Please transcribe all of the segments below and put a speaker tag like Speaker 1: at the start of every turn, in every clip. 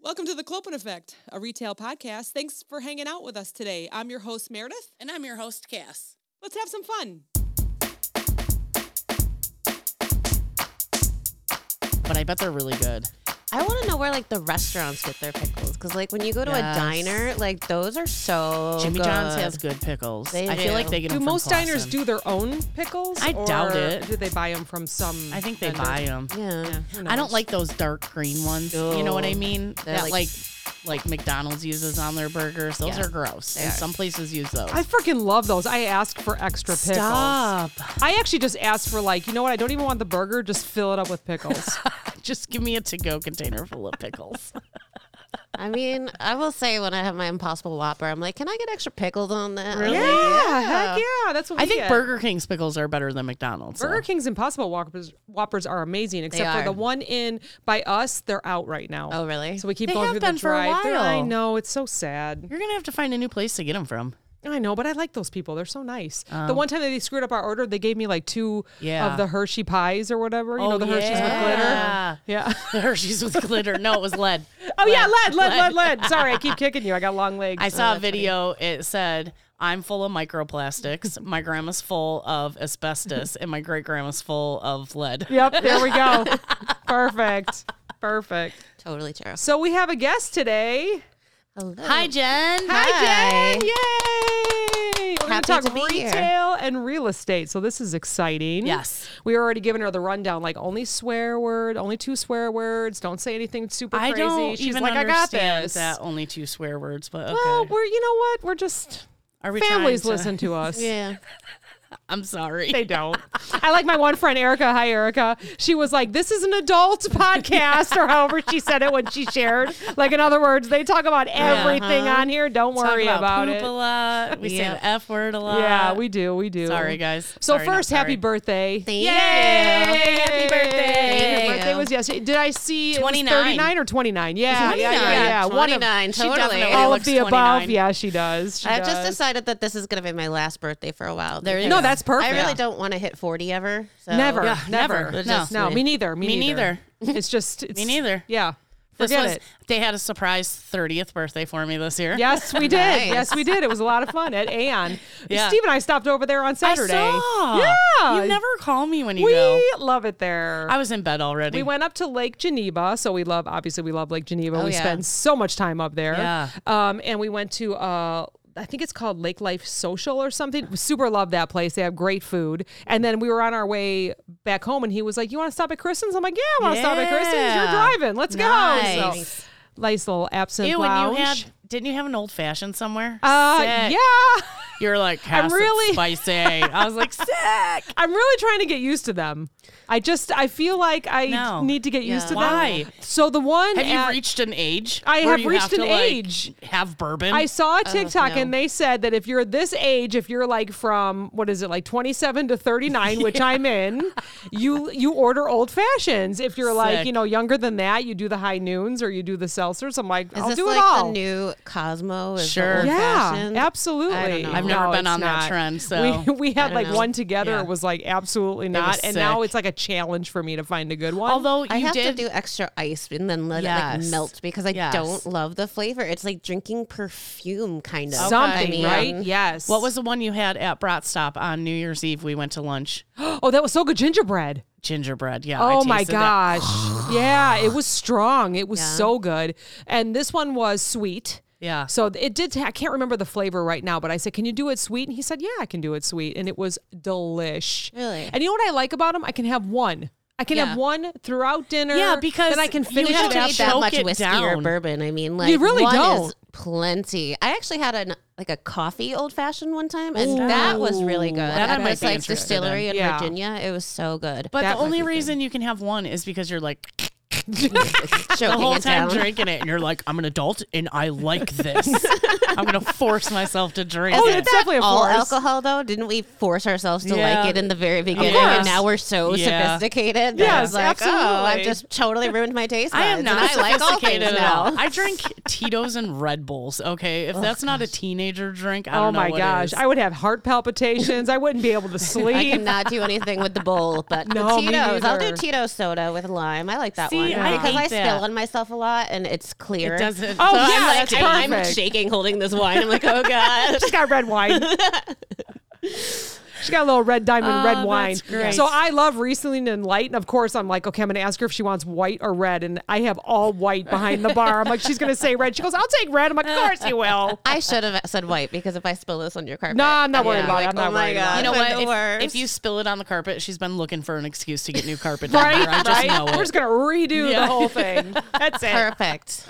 Speaker 1: Welcome to the Clopen Effect, a retail podcast. Thanks for hanging out with us today. I'm your host, Meredith.
Speaker 2: And I'm your host, Cass.
Speaker 1: Let's have some fun.
Speaker 2: But I bet they're really good.
Speaker 3: I want to know where like the restaurants get their pickles because like when you go to
Speaker 2: Yes.
Speaker 3: a diner, like those are so
Speaker 2: Jimmy
Speaker 3: good.
Speaker 2: John's has good pickles.
Speaker 3: They
Speaker 2: I feel like
Speaker 3: do.
Speaker 2: they get
Speaker 4: Oh, Do
Speaker 2: them
Speaker 4: most
Speaker 2: from
Speaker 4: diners
Speaker 2: Clausen.
Speaker 4: do their own pickles?
Speaker 2: I doubt
Speaker 4: or
Speaker 2: it.
Speaker 4: Do they buy them from some?
Speaker 2: I think they
Speaker 4: vendor?
Speaker 2: buy them.
Speaker 3: yeah.
Speaker 4: Yeah, who
Speaker 2: I don't
Speaker 4: knows?
Speaker 2: like those dark green ones. You know what I
Speaker 3: No.
Speaker 2: mean?
Speaker 3: They're
Speaker 2: that like,
Speaker 3: like-
Speaker 2: like McDonald's uses on their burgers. Those
Speaker 3: Yeah.
Speaker 2: are gross.
Speaker 3: They
Speaker 2: and
Speaker 3: are.
Speaker 2: some places use those.
Speaker 4: I freaking love those. I ask for extra pickles.
Speaker 2: Stop.
Speaker 4: I actually just ask for like, you know what? I don't even want the burger. Just fill it up with pickles.
Speaker 2: Just give me a to-go container full of pickles.
Speaker 3: I mean, I will say when I have my Impossible Whopper, I'm like, can I get extra pickles on that?
Speaker 2: Really?
Speaker 3: Like,
Speaker 4: yeah, heck yeah. That's what
Speaker 2: I
Speaker 4: we
Speaker 2: think
Speaker 4: get.
Speaker 2: Burger King's pickles are better than McDonald's.
Speaker 4: Burger
Speaker 2: though.
Speaker 4: King's Impossible Whoppers, Whoppers are amazing, except for
Speaker 3: are.
Speaker 4: the one in by us. They're out right now.
Speaker 3: Oh, really?
Speaker 4: So we keep
Speaker 2: They
Speaker 4: going
Speaker 2: have
Speaker 4: through
Speaker 2: been
Speaker 4: the
Speaker 2: for a
Speaker 4: drive. I
Speaker 2: while.
Speaker 4: know it's so sad.
Speaker 2: You're gonna have to find a new place to get them from.
Speaker 4: I know, but I like those people. They're so nice. the one time that they screwed up our order, they gave me like two
Speaker 2: Oh. Yeah. Oh,
Speaker 4: of the Hershey pies or whatever. You know, the Hershey's
Speaker 2: yeah.
Speaker 4: with glitter. Yeah.
Speaker 2: The Hershey's with glitter. No, it was lead.
Speaker 4: Oh yeah, lead, lead, lead, lead. Sorry, I keep kicking you. I got long legs.
Speaker 2: I saw a video. It said, "I'm full of microplastics. My grandma's full of asbestos, and my great grandma's full of lead."
Speaker 4: yep, there we go. Perfect. Perfect.
Speaker 3: Totally true.
Speaker 4: So we have a guest today.
Speaker 3: Hello.
Speaker 2: Hi, Jen.
Speaker 4: Hi, Jen. Yay. We're
Speaker 3: Happy
Speaker 4: gonna
Speaker 3: to
Speaker 4: talk
Speaker 3: be here.
Speaker 4: retail and real estate. So this is exciting.
Speaker 2: Yes.
Speaker 4: We already given her the rundown, like only swear word, only two swear words. Don't say anything super
Speaker 2: I
Speaker 4: crazy.
Speaker 2: don't
Speaker 4: She's
Speaker 2: even
Speaker 4: like, I got
Speaker 2: understand
Speaker 4: this.
Speaker 2: that only two swear words, but okay.
Speaker 4: Well, we're you know what? We're just
Speaker 2: Are we trying
Speaker 4: families
Speaker 2: to-
Speaker 4: listen to us.
Speaker 3: Yeah.
Speaker 2: I'm sorry.
Speaker 4: They don't. I like my one friend, Erica. Hi, Erica. She was like, "This is an adult podcast," or however she said it when she shared. Like in other words, they talk about everything on here. Don't
Speaker 2: Uh-huh. Talk
Speaker 4: worry about,
Speaker 2: poop
Speaker 4: it.
Speaker 2: a lot. We say
Speaker 3: Yeah.
Speaker 2: the f word a lot.
Speaker 4: Yeah, we do. We do.
Speaker 2: Uh, Sorry, guys.
Speaker 4: So
Speaker 2: Sorry, not
Speaker 4: first, happy
Speaker 2: sorry.
Speaker 4: birthday! Yay!
Speaker 3: Thank you.
Speaker 2: Happy birthday.
Speaker 4: Your birthday was yesterday. Did I see it was
Speaker 2: 29.
Speaker 4: 39 or 29? Yeah, yeah, yeah,
Speaker 3: 29.
Speaker 4: yeah. One of-
Speaker 3: 29,
Speaker 2: She definitely
Speaker 3: totally.
Speaker 2: looks
Speaker 4: all of the above.
Speaker 2: 29.
Speaker 4: Yeah, she does. She
Speaker 3: I've just
Speaker 4: does.
Speaker 3: decided that this is going to be my last birthday for a while. There
Speaker 2: you
Speaker 4: No, go. that's perfect.
Speaker 3: I really
Speaker 4: Yeah.
Speaker 3: don't want to hit 40 ever. So.
Speaker 4: Never,
Speaker 2: Yeah,
Speaker 4: never,
Speaker 2: never.
Speaker 4: No,
Speaker 2: No.
Speaker 4: no, me neither. Me,
Speaker 2: Me neither.
Speaker 4: It's just it's,
Speaker 2: neither.
Speaker 4: Yeah,
Speaker 2: This
Speaker 4: forget
Speaker 2: was-
Speaker 4: it.
Speaker 2: They had a surprise 30th birthday for me this year.
Speaker 4: Yes, we did.
Speaker 3: Nice.
Speaker 4: Yes, we did. It was a lot of fun at Aon.
Speaker 2: Yeah.
Speaker 4: Steve and I stopped over there on
Speaker 2: I
Speaker 4: Saturday.
Speaker 2: saw.
Speaker 4: Yeah.
Speaker 2: You never call me when you
Speaker 4: we
Speaker 2: go.
Speaker 4: love it there.
Speaker 2: I was in bed already.
Speaker 4: we went up to Lake Geneva, so we love obviously we love Lake Geneva. we
Speaker 3: yeah.
Speaker 4: spend so much time up there.
Speaker 2: Oh, Yeah.
Speaker 4: Um, and we went to uh I think it's called Lake Life Social or something. We Super love that place. They have great food. And then we were on our way back home, and he was like, "You want to stop at Kristen's?" I'm like, "Yeah, I want to stop at Kristen's. You're
Speaker 2: Yeah.
Speaker 4: driving. Let's go."
Speaker 3: Nice.
Speaker 4: So, nice little absent
Speaker 2: Ew, and
Speaker 4: lounge.
Speaker 2: you had didn't you have an old fashioned somewhere?
Speaker 4: uh,
Speaker 2: Sick.
Speaker 4: yeah.
Speaker 2: You were like, I'm
Speaker 4: really-
Speaker 2: really spicy. I was like, sick.
Speaker 4: I'm really trying to get used to them. I just I feel like I
Speaker 2: No.
Speaker 4: need to get used to
Speaker 2: Why?
Speaker 4: them. So the one
Speaker 2: Have
Speaker 4: at-
Speaker 2: you reached an age?
Speaker 4: I
Speaker 2: where
Speaker 4: have
Speaker 2: you
Speaker 4: reached
Speaker 2: to,
Speaker 4: an
Speaker 2: like,
Speaker 4: age.
Speaker 2: Have bourbon.
Speaker 4: I saw a TikTok
Speaker 3: Oh, no.
Speaker 4: and they said that if you're this age, if you're like from what is it, like 27 to 39, which I'm in, you you order old fashions. If you're like
Speaker 2: Sick.
Speaker 4: you know younger than that, you do the high noons or you do the seltzers. I'm like,
Speaker 3: Is
Speaker 4: I'll
Speaker 3: this
Speaker 4: do
Speaker 3: like
Speaker 4: it all.
Speaker 3: the new Cosmo? Is the
Speaker 2: Sure.
Speaker 3: old
Speaker 4: yeah,
Speaker 3: fashioned?
Speaker 4: absolutely.
Speaker 3: I don't know.
Speaker 2: I've never
Speaker 4: No,
Speaker 2: been
Speaker 4: it's
Speaker 2: on that
Speaker 4: not.
Speaker 2: trend, so-
Speaker 4: we, we had
Speaker 3: don't
Speaker 4: like
Speaker 3: know.
Speaker 4: one together.
Speaker 2: Yeah.
Speaker 4: It was like absolutely not, and now
Speaker 2: sick.
Speaker 4: it's like a challenge for me to find a good one.
Speaker 2: Although you
Speaker 3: I have
Speaker 2: did
Speaker 3: to do extra ice and then let it
Speaker 2: Yes.
Speaker 3: like melt because I
Speaker 2: Yes.
Speaker 3: don't love the flavor. It's like drinking perfume, kind of
Speaker 4: something,
Speaker 3: I mean,
Speaker 4: right? Yes.
Speaker 2: What was the one you had at Brat Stop on New Year's Eve? We went to lunch.
Speaker 4: Oh, that was so good gingerbread.
Speaker 2: Gingerbread. Yeah. I
Speaker 4: Oh my
Speaker 2: tasted that.
Speaker 4: gosh. yeah, it was strong. It was
Speaker 3: Yeah.
Speaker 4: so good. And this one was sweet.
Speaker 2: Yeah.
Speaker 4: So it did. I I can't remember the flavor right now, but I said, "Can you do it sweet?" And he said, "Yeah, I can do it sweet." And it was delish.
Speaker 3: Really?
Speaker 4: And you know what I like about them? I can have one. I can
Speaker 3: Yeah.
Speaker 4: have one throughout dinner.
Speaker 2: Yeah, because
Speaker 4: then I can
Speaker 2: you
Speaker 4: finish
Speaker 3: You
Speaker 2: have
Speaker 3: don't
Speaker 4: it
Speaker 2: to
Speaker 3: need
Speaker 4: after.
Speaker 3: that
Speaker 2: choke
Speaker 3: much
Speaker 2: it
Speaker 3: whiskey or
Speaker 2: down.
Speaker 3: bourbon. I mean, like
Speaker 4: really
Speaker 3: one
Speaker 4: don't.
Speaker 3: is plenty. I actually had an like a coffee old fashioned one time, and that was really good.
Speaker 2: That I
Speaker 3: At
Speaker 2: might
Speaker 3: this
Speaker 2: be
Speaker 3: like
Speaker 2: interested
Speaker 3: distillery in
Speaker 4: Yeah.
Speaker 3: Virginia, it was so good.
Speaker 2: But
Speaker 4: That
Speaker 2: the
Speaker 4: might
Speaker 2: only
Speaker 4: be good.
Speaker 2: reason you can have one is because you're like,
Speaker 3: Choking
Speaker 2: the whole
Speaker 3: it
Speaker 2: time
Speaker 3: down.
Speaker 2: drinking it, and you're like, I'm an adult and I like this. I'm gonna force myself to drink
Speaker 4: Oh,
Speaker 2: it.
Speaker 4: it's definitely a
Speaker 3: All
Speaker 4: force.
Speaker 3: alcohol, though, didn't we force ourselves to
Speaker 2: Yeah.
Speaker 3: like it in the very beginning?
Speaker 2: course.
Speaker 3: And now we're so
Speaker 2: Yeah.
Speaker 3: sophisticated. That
Speaker 4: Yes,
Speaker 3: it's like, oh,
Speaker 4: absolutely.
Speaker 3: I've just totally ruined my taste.
Speaker 2: I am
Speaker 3: buds,
Speaker 2: not
Speaker 3: and I like all
Speaker 2: sophisticated
Speaker 3: things
Speaker 2: at
Speaker 3: now.
Speaker 2: all. I drink Tito's and Red Bulls. Okay, if that's not a teenager drink, I don't
Speaker 4: Oh
Speaker 2: know
Speaker 4: my
Speaker 2: what
Speaker 4: gosh,
Speaker 2: is.
Speaker 4: I would have heart palpitations. I wouldn't be able to
Speaker 3: I
Speaker 4: sleep.
Speaker 3: cannot do anything with the bowl, but
Speaker 4: No, me
Speaker 3: Tito's. I'll do
Speaker 4: neither.
Speaker 3: Tito's soda with lime. I like that
Speaker 2: See,
Speaker 3: one
Speaker 2: I
Speaker 3: because
Speaker 2: hate
Speaker 3: I
Speaker 2: that.
Speaker 3: spill on myself a lot, and it's clear.
Speaker 2: it doesn't.
Speaker 4: Oh
Speaker 3: So
Speaker 4: yeah,
Speaker 3: I'm like,
Speaker 4: that's
Speaker 3: I- I'm
Speaker 4: perfect.
Speaker 3: shaking, holding this wine. I'm like, oh god.
Speaker 4: She's got red wine. she got a little red diamond red
Speaker 2: Oh,
Speaker 4: wine.
Speaker 2: that's great.
Speaker 4: So I love Riesling and light. And of course, I'm like, okay, I'm going to ask her if she wants white or red. And I have all white behind the bar. I'm like, she's going to say red. She goes, I'll take red. I'm like, of course you will.
Speaker 3: I should have said white because if I spill this on your carpet,
Speaker 4: No, I'm not
Speaker 3: gonna
Speaker 4: worried
Speaker 3: be
Speaker 4: about it.
Speaker 3: like,
Speaker 4: I'm not
Speaker 3: oh my
Speaker 4: worried about
Speaker 3: God,
Speaker 4: it.
Speaker 2: you know
Speaker 3: I'm
Speaker 2: what?
Speaker 3: the
Speaker 2: If, if
Speaker 3: worst.
Speaker 2: you spill it on the carpet, she's been looking for an excuse to get new carpet. down
Speaker 4: Right,
Speaker 2: there. I just
Speaker 4: right.
Speaker 2: know it.
Speaker 4: We're just gonna redo
Speaker 2: Yeah.
Speaker 4: the whole thing. That's it.
Speaker 3: perfect.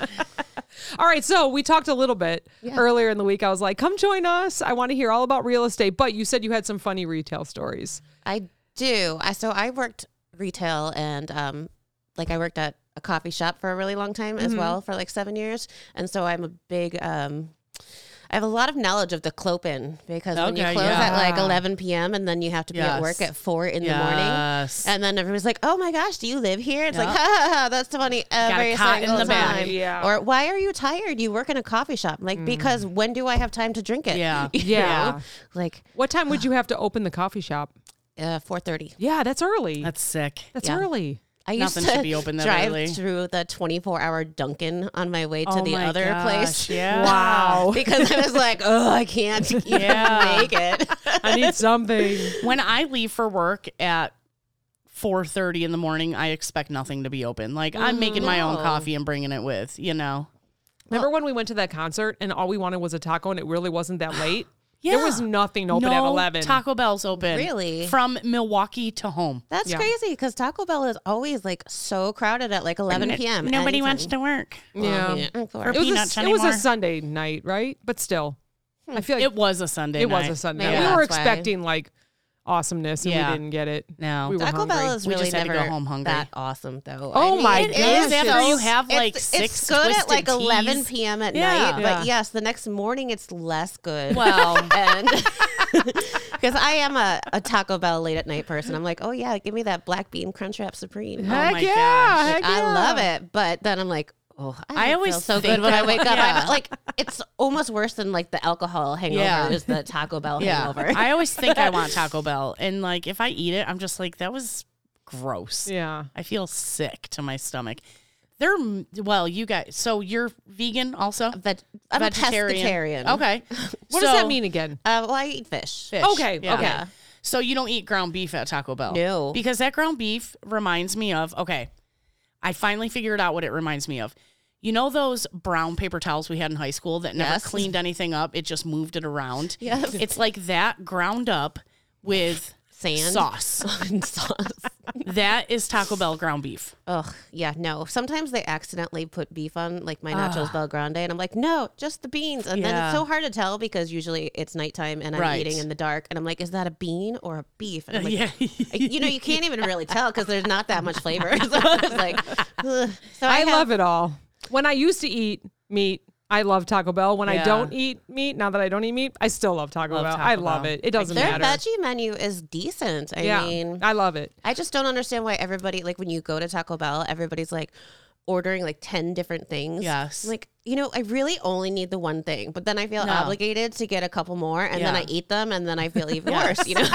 Speaker 4: All right. So we talked a little bit earlier in the week. I was like, "Come join us. I want to hear all about real estate." But you said you had some funny retail stories.
Speaker 3: I do. I so I worked retail and um like I worked at a coffee shop for a really long time
Speaker 2: Mm-hmm.
Speaker 3: as well for like 7 years and so I'm a big um I have a lot of knowledge of the clopin because when you
Speaker 2: Okay,
Speaker 3: close at like
Speaker 2: yeah.
Speaker 3: 11 p.m. and then you have to be at work
Speaker 2: Yes.
Speaker 3: at 4 in the morning.
Speaker 2: Yes.
Speaker 3: And then everyone's like, "Oh my gosh, do you live here?" It's
Speaker 2: Yeah.
Speaker 3: like, "Ha ha ha!" That's funny every
Speaker 2: cot in
Speaker 3: single
Speaker 2: the back.
Speaker 3: time.
Speaker 4: Yeah.
Speaker 3: Or why are you tired? You work in a coffee shop. I'm like because when do I have time to drink
Speaker 2: Mm.
Speaker 3: it?
Speaker 2: Yeah.
Speaker 3: You
Speaker 4: Yeah.
Speaker 3: know? Like
Speaker 4: What time would you have to open the coffee shop?
Speaker 3: uh, 4:30.
Speaker 4: Yeah, that's early. That's,
Speaker 2: That's sick.
Speaker 3: yeah.
Speaker 4: early.
Speaker 3: I used
Speaker 2: Nothing should
Speaker 3: to
Speaker 2: be open that
Speaker 3: drive
Speaker 2: early.
Speaker 3: through the 24 hour Dunkin' on my way to
Speaker 2: Oh
Speaker 3: the
Speaker 2: my
Speaker 3: other
Speaker 2: gosh,
Speaker 3: place.
Speaker 2: Yeah.
Speaker 4: Wow.
Speaker 3: Because I was like, oh, I can't
Speaker 2: Yeah.
Speaker 3: make it.
Speaker 4: I need something.
Speaker 2: when I leave for work at 4:30 in the morning, I expect nothing to be open. Like I'm making my own
Speaker 3: No.
Speaker 2: coffee and bringing it with, you know.
Speaker 4: Remember when we went to that concert and all we wanted was a taco and it really wasn't that late? There was
Speaker 2: Yeah.
Speaker 4: nothing open at
Speaker 2: No
Speaker 4: 11.
Speaker 2: Taco Bell's open.
Speaker 3: Really?
Speaker 2: From Milwaukee to home.
Speaker 3: That's
Speaker 4: Yeah.
Speaker 3: crazy because Taco Bell is always like so crowded at like 11 p.m.
Speaker 2: Nobody wants
Speaker 3: anytime.
Speaker 2: to work.
Speaker 4: Yeah.
Speaker 3: Yeah, Mm, of course.
Speaker 4: It was, a,
Speaker 2: peanuts
Speaker 4: s- it was a
Speaker 2: anymore. Hmm.
Speaker 4: Sunday night, right? But still, I feel like
Speaker 2: It was a Sunday
Speaker 4: it was
Speaker 2: night.
Speaker 4: a Sunday.
Speaker 3: Maybe
Speaker 4: night. we were
Speaker 3: that's why.
Speaker 4: expecting like awesomeness and
Speaker 2: Yeah.
Speaker 4: we didn't get it.
Speaker 2: No.
Speaker 4: We were
Speaker 3: Taco
Speaker 4: hungry.
Speaker 3: Bell is
Speaker 2: We
Speaker 3: really
Speaker 2: just had to
Speaker 3: never
Speaker 2: go home hungry.
Speaker 3: that awesome though.
Speaker 4: Oh my
Speaker 3: it
Speaker 4: goodness.
Speaker 3: is
Speaker 4: After
Speaker 2: you have,
Speaker 3: it's-
Speaker 2: like,
Speaker 3: it's
Speaker 2: six
Speaker 3: good at
Speaker 2: Twisted
Speaker 3: like
Speaker 2: Teas.
Speaker 3: 11 p.m. at
Speaker 2: Yeah.
Speaker 3: night,
Speaker 4: Yeah.
Speaker 3: but yes, the next morning it's less good.
Speaker 2: Well.
Speaker 3: and because I am a, a Taco Bell late at night person, I'm like, oh yeah, give me that black bean crunch wrap supreme.
Speaker 2: Oh
Speaker 4: Heck
Speaker 2: my
Speaker 4: yeah.
Speaker 2: gosh.
Speaker 4: Heck
Speaker 3: I
Speaker 4: yeah.
Speaker 3: love it, but then I'm like. Oh, I,
Speaker 2: I
Speaker 3: always
Speaker 2: always
Speaker 3: feel so
Speaker 2: think
Speaker 3: good when I
Speaker 2: that-
Speaker 3: wake up.
Speaker 2: yeah.
Speaker 3: I'm like, it's almost worse than like the alcohol hangover
Speaker 2: Yeah.
Speaker 3: is the Taco Bell
Speaker 2: Yeah.
Speaker 3: hangover.
Speaker 2: I always think I want Taco Bell and like if I eat it, I'm just like that was gross.
Speaker 4: Yeah.
Speaker 2: I feel sick to my stomach. They're well, you guys. So you're vegan also?
Speaker 3: Veg- I'm a pescatarian.
Speaker 2: Okay.
Speaker 4: What
Speaker 2: So-
Speaker 4: does that mean again?
Speaker 3: Uh, well, I eat fish.
Speaker 2: Fish.
Speaker 4: Okay, okay.
Speaker 3: Yeah.
Speaker 2: So you don't eat ground beef at Taco Bell?
Speaker 3: No.
Speaker 2: Because that ground beef reminds me of, okay, I finally figured out what it reminds me of. You know those brown paper towels we had in high school that never
Speaker 3: Yes.
Speaker 2: cleaned anything up? It just moved it around.
Speaker 3: Yes.
Speaker 2: It's like that ground up with
Speaker 3: Sand.
Speaker 2: sauce.
Speaker 3: and sauce.
Speaker 2: that is Taco Bell ground beef.
Speaker 3: Ugh, yeah, no. Sometimes they accidentally put beef on like my nachos Bel Grande, and I'm like, no, just the beans. And then
Speaker 2: Yeah.
Speaker 3: it's so hard to tell because usually it's nighttime and I'm
Speaker 2: Right.
Speaker 3: eating in the dark, and I'm like, is that a bean or a beef? And I'm like,
Speaker 2: yeah.
Speaker 3: I- you know, you can't even really tell because there's not that much flavor. so I was like, ugh. so
Speaker 4: I,
Speaker 3: I,
Speaker 4: love it all. When I used to eat meat, I love Taco Bell. When I
Speaker 2: Yeah.
Speaker 4: don't eat meat, now that I don't eat meat, I still love Taco
Speaker 2: Love
Speaker 4: Bell.
Speaker 2: Taco
Speaker 4: I love
Speaker 2: Bell.
Speaker 4: it. It doesn't
Speaker 3: Their
Speaker 4: matter.
Speaker 3: veggie menu is decent. I
Speaker 4: yeah,
Speaker 3: mean,
Speaker 4: I love it.
Speaker 3: I just don't understand why everybody like when you go to Taco Bell, everybody's like ordering like ten different things.
Speaker 2: Yes.
Speaker 3: I'm like you know, I really only need the one thing, but then I feel
Speaker 2: No.
Speaker 3: obligated to get a couple more, and then
Speaker 2: Yeah.
Speaker 3: I eat them, and then I feel even worse. You know,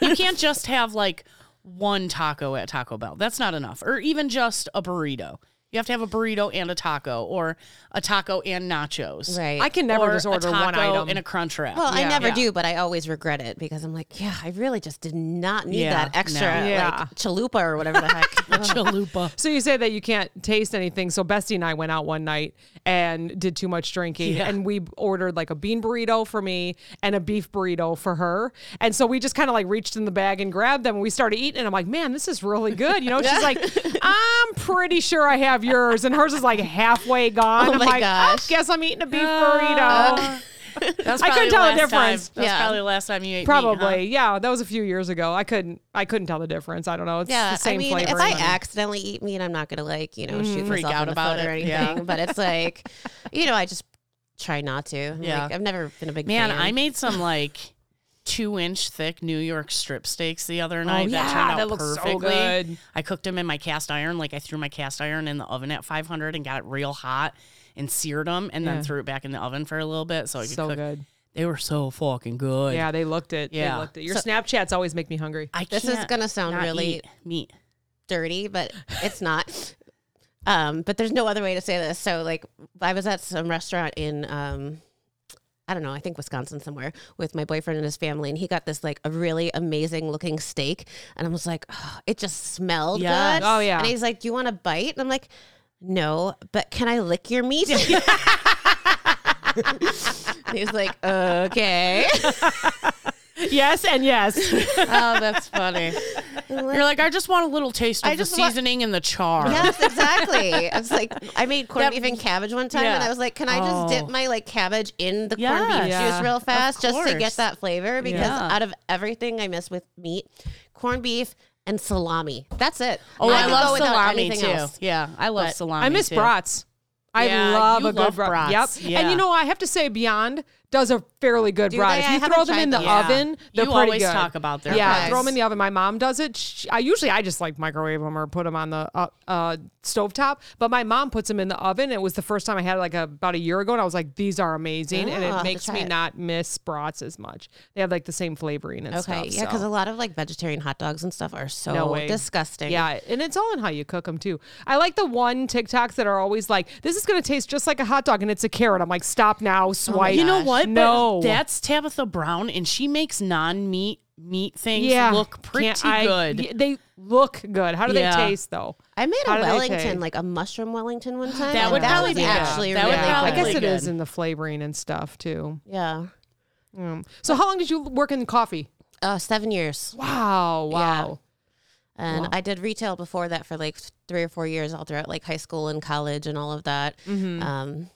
Speaker 2: you can't just have like one taco at Taco Bell. That's not enough. Or even just a burrito. You have to have a burrito and a taco, or a taco and nachos.
Speaker 3: right?
Speaker 4: I can never
Speaker 2: Or
Speaker 4: just
Speaker 2: a
Speaker 4: order
Speaker 2: taco
Speaker 4: one item.
Speaker 2: and a crunch wrap.
Speaker 3: well, I
Speaker 4: Yeah.
Speaker 3: never
Speaker 2: Yeah.
Speaker 3: do, but I always regret it because I'm like, yeah, I really just did not need
Speaker 2: Yeah,
Speaker 3: that extra
Speaker 2: no.
Speaker 4: Yeah.
Speaker 3: like chalupa or whatever the heck.
Speaker 2: chalupa.
Speaker 4: so you say that you can't taste anything. So Bestie and I went out one night and did too much drinking,
Speaker 2: Yeah.
Speaker 4: and we ordered like a bean burrito for me and a beef burrito for her. And so we just kind of like reached in the bag and grabbed them, and we started eating. And I'm like, man, this is really good. You know, she's like, I'm pretty sure I have yours, and hers is like halfway gone.
Speaker 3: Oh
Speaker 4: I'm
Speaker 3: my
Speaker 4: like, I
Speaker 3: gosh. Uh,
Speaker 4: guess I'm eating a beef burrito.
Speaker 2: That's
Speaker 4: I
Speaker 2: probably
Speaker 4: couldn't tell the
Speaker 2: last
Speaker 4: difference.
Speaker 2: Time. That's
Speaker 3: Yeah.
Speaker 2: probably the last time you ate meat, huh?
Speaker 4: Probably, yeah. That was a few years ago. I couldn't, I couldn't tell the difference. I don't know. It's
Speaker 3: Yeah,
Speaker 4: the same
Speaker 3: I mean,
Speaker 4: flavor.
Speaker 3: if I accidentally eat meat, I'm not gonna like you know shoot
Speaker 2: Mm-hmm. Freak
Speaker 3: myself
Speaker 2: out
Speaker 3: in the
Speaker 2: about
Speaker 3: foot or
Speaker 2: it,
Speaker 3: anything.
Speaker 2: yeah.
Speaker 3: But it's like, you know, I just try not to. I'm
Speaker 2: Yeah.
Speaker 3: like, I've never been a big
Speaker 2: Man,
Speaker 3: fan.
Speaker 2: I made some like two inch thick New York strip steaks the other night.
Speaker 4: Oh,
Speaker 2: that
Speaker 4: yeah,
Speaker 2: turned out
Speaker 4: that looks so
Speaker 2: perfectly.
Speaker 4: good.
Speaker 2: I cooked them in my cast iron. Like I threw my cast iron in the oven at 500 and got it real hot and seared them and
Speaker 4: Yeah.
Speaker 2: then threw it back in the oven for a little bit so I could
Speaker 4: so
Speaker 2: Oh, cook.
Speaker 4: good.
Speaker 2: They were so fucking good.
Speaker 4: Yeah, they looked it.
Speaker 2: Yeah.
Speaker 4: They looked it. Your
Speaker 2: So-
Speaker 4: Snapchats always make me hungry.
Speaker 2: I
Speaker 3: This is
Speaker 2: can't
Speaker 3: gonna sound
Speaker 2: not
Speaker 3: really-
Speaker 2: eat meat.
Speaker 3: dirty, but it's not. um, but there's no other way to say this. So like, I was at some restaurant in um, I don't know, I think Wisconsin somewhere with my boyfriend and his family, and he got this like a really amazing looking steak, and I was like, "Oh, it just smelled
Speaker 2: Yes.
Speaker 3: good.
Speaker 4: Oh, yeah.
Speaker 3: and he's like, "Do you want a bite?" And I'm like. No, but can I lick your meat? and he's like, okay.
Speaker 4: yes and yes.
Speaker 2: oh, that's funny. You're like, I just want a little taste of
Speaker 3: I
Speaker 2: the
Speaker 3: just want-
Speaker 2: seasoning and the char.
Speaker 3: Yes, exactly. I was like, I made corned
Speaker 2: That-
Speaker 3: beef and cabbage one time,
Speaker 2: Yeah.
Speaker 3: and I was like, can I just
Speaker 2: Oh.
Speaker 3: dip my like cabbage in the corned
Speaker 2: Yeah.
Speaker 3: beef
Speaker 4: Yeah.
Speaker 3: juice real fast just to
Speaker 2: course.
Speaker 3: get that flavor? Because
Speaker 2: Yeah.
Speaker 3: out of everything I miss with meat, corned beef and salami. That's it.
Speaker 2: Oh, I,
Speaker 3: could go
Speaker 2: love
Speaker 3: without
Speaker 2: salami
Speaker 3: anything
Speaker 2: too.
Speaker 3: else.
Speaker 2: Yeah, I love
Speaker 3: But-
Speaker 2: salami.
Speaker 4: I miss
Speaker 2: too.
Speaker 4: brats. I
Speaker 2: Yeah,
Speaker 4: love
Speaker 2: you
Speaker 4: a good
Speaker 2: love
Speaker 4: brat.
Speaker 2: brats.
Speaker 4: Yep.
Speaker 2: Yeah.
Speaker 4: And you know, I have to say, Beyond does a fairly good
Speaker 3: Do
Speaker 4: brat.
Speaker 3: they?
Speaker 4: If
Speaker 3: I
Speaker 4: you throw
Speaker 3: haven't
Speaker 4: them
Speaker 3: tried
Speaker 4: in the
Speaker 3: those.
Speaker 2: Yeah.
Speaker 4: oven, they're pretty
Speaker 2: You always
Speaker 4: good.
Speaker 2: talk about their
Speaker 4: Yeah,
Speaker 2: brats.
Speaker 4: throw them in the oven. My mom does it. She, I usually I just like microwave them or put them on the uh, uh, stovetop. But my mom puts them in the oven. It was the first time I had it like a, about a year ago, and I was like, these are amazing, and it
Speaker 3: Oh, I'll
Speaker 2: Ah,
Speaker 3: have to
Speaker 4: makes
Speaker 3: try
Speaker 4: me
Speaker 3: it.
Speaker 4: not miss brats as much. They have like the same flavoring and stuff.
Speaker 3: Okay, yeah, because
Speaker 4: so.
Speaker 3: a lot of like vegetarian hot dogs and stuff are so
Speaker 4: No way.
Speaker 3: disgusting.
Speaker 4: Oh, Yeah, and it's all in how you cook them too. I like the one TikToks that are always like, "This is going to taste just like a hot dog," and it's a carrot. I'm like, "Stop now, swipe."
Speaker 2: Oh, You know what? But
Speaker 4: No,
Speaker 2: that's Tabitha Brown, and she makes non-meat meat things
Speaker 4: yeah,
Speaker 2: look pretty
Speaker 4: Can't- I-
Speaker 2: good.
Speaker 4: y- They look good. How do
Speaker 2: Yeah.
Speaker 4: they taste though?
Speaker 3: I made
Speaker 4: How
Speaker 3: a
Speaker 4: do they
Speaker 3: Wellington,
Speaker 4: taste?
Speaker 3: like a mushroom Wellington one time.
Speaker 2: That
Speaker 3: and
Speaker 2: would probably
Speaker 3: was
Speaker 2: be good.
Speaker 3: actually
Speaker 2: That would
Speaker 3: really
Speaker 2: probably
Speaker 4: I guess
Speaker 3: good.
Speaker 2: be
Speaker 4: it
Speaker 2: good.
Speaker 4: is in the flavoring and stuff too.
Speaker 3: Yeah.
Speaker 4: Mm. So, how long did you work in coffee?
Speaker 3: Uh, seven years.
Speaker 4: Wow, wow.
Speaker 3: And I did retail before that for like three or four years, all throughout like high school and college and all of that.
Speaker 2: Mm-hmm.
Speaker 3: Um,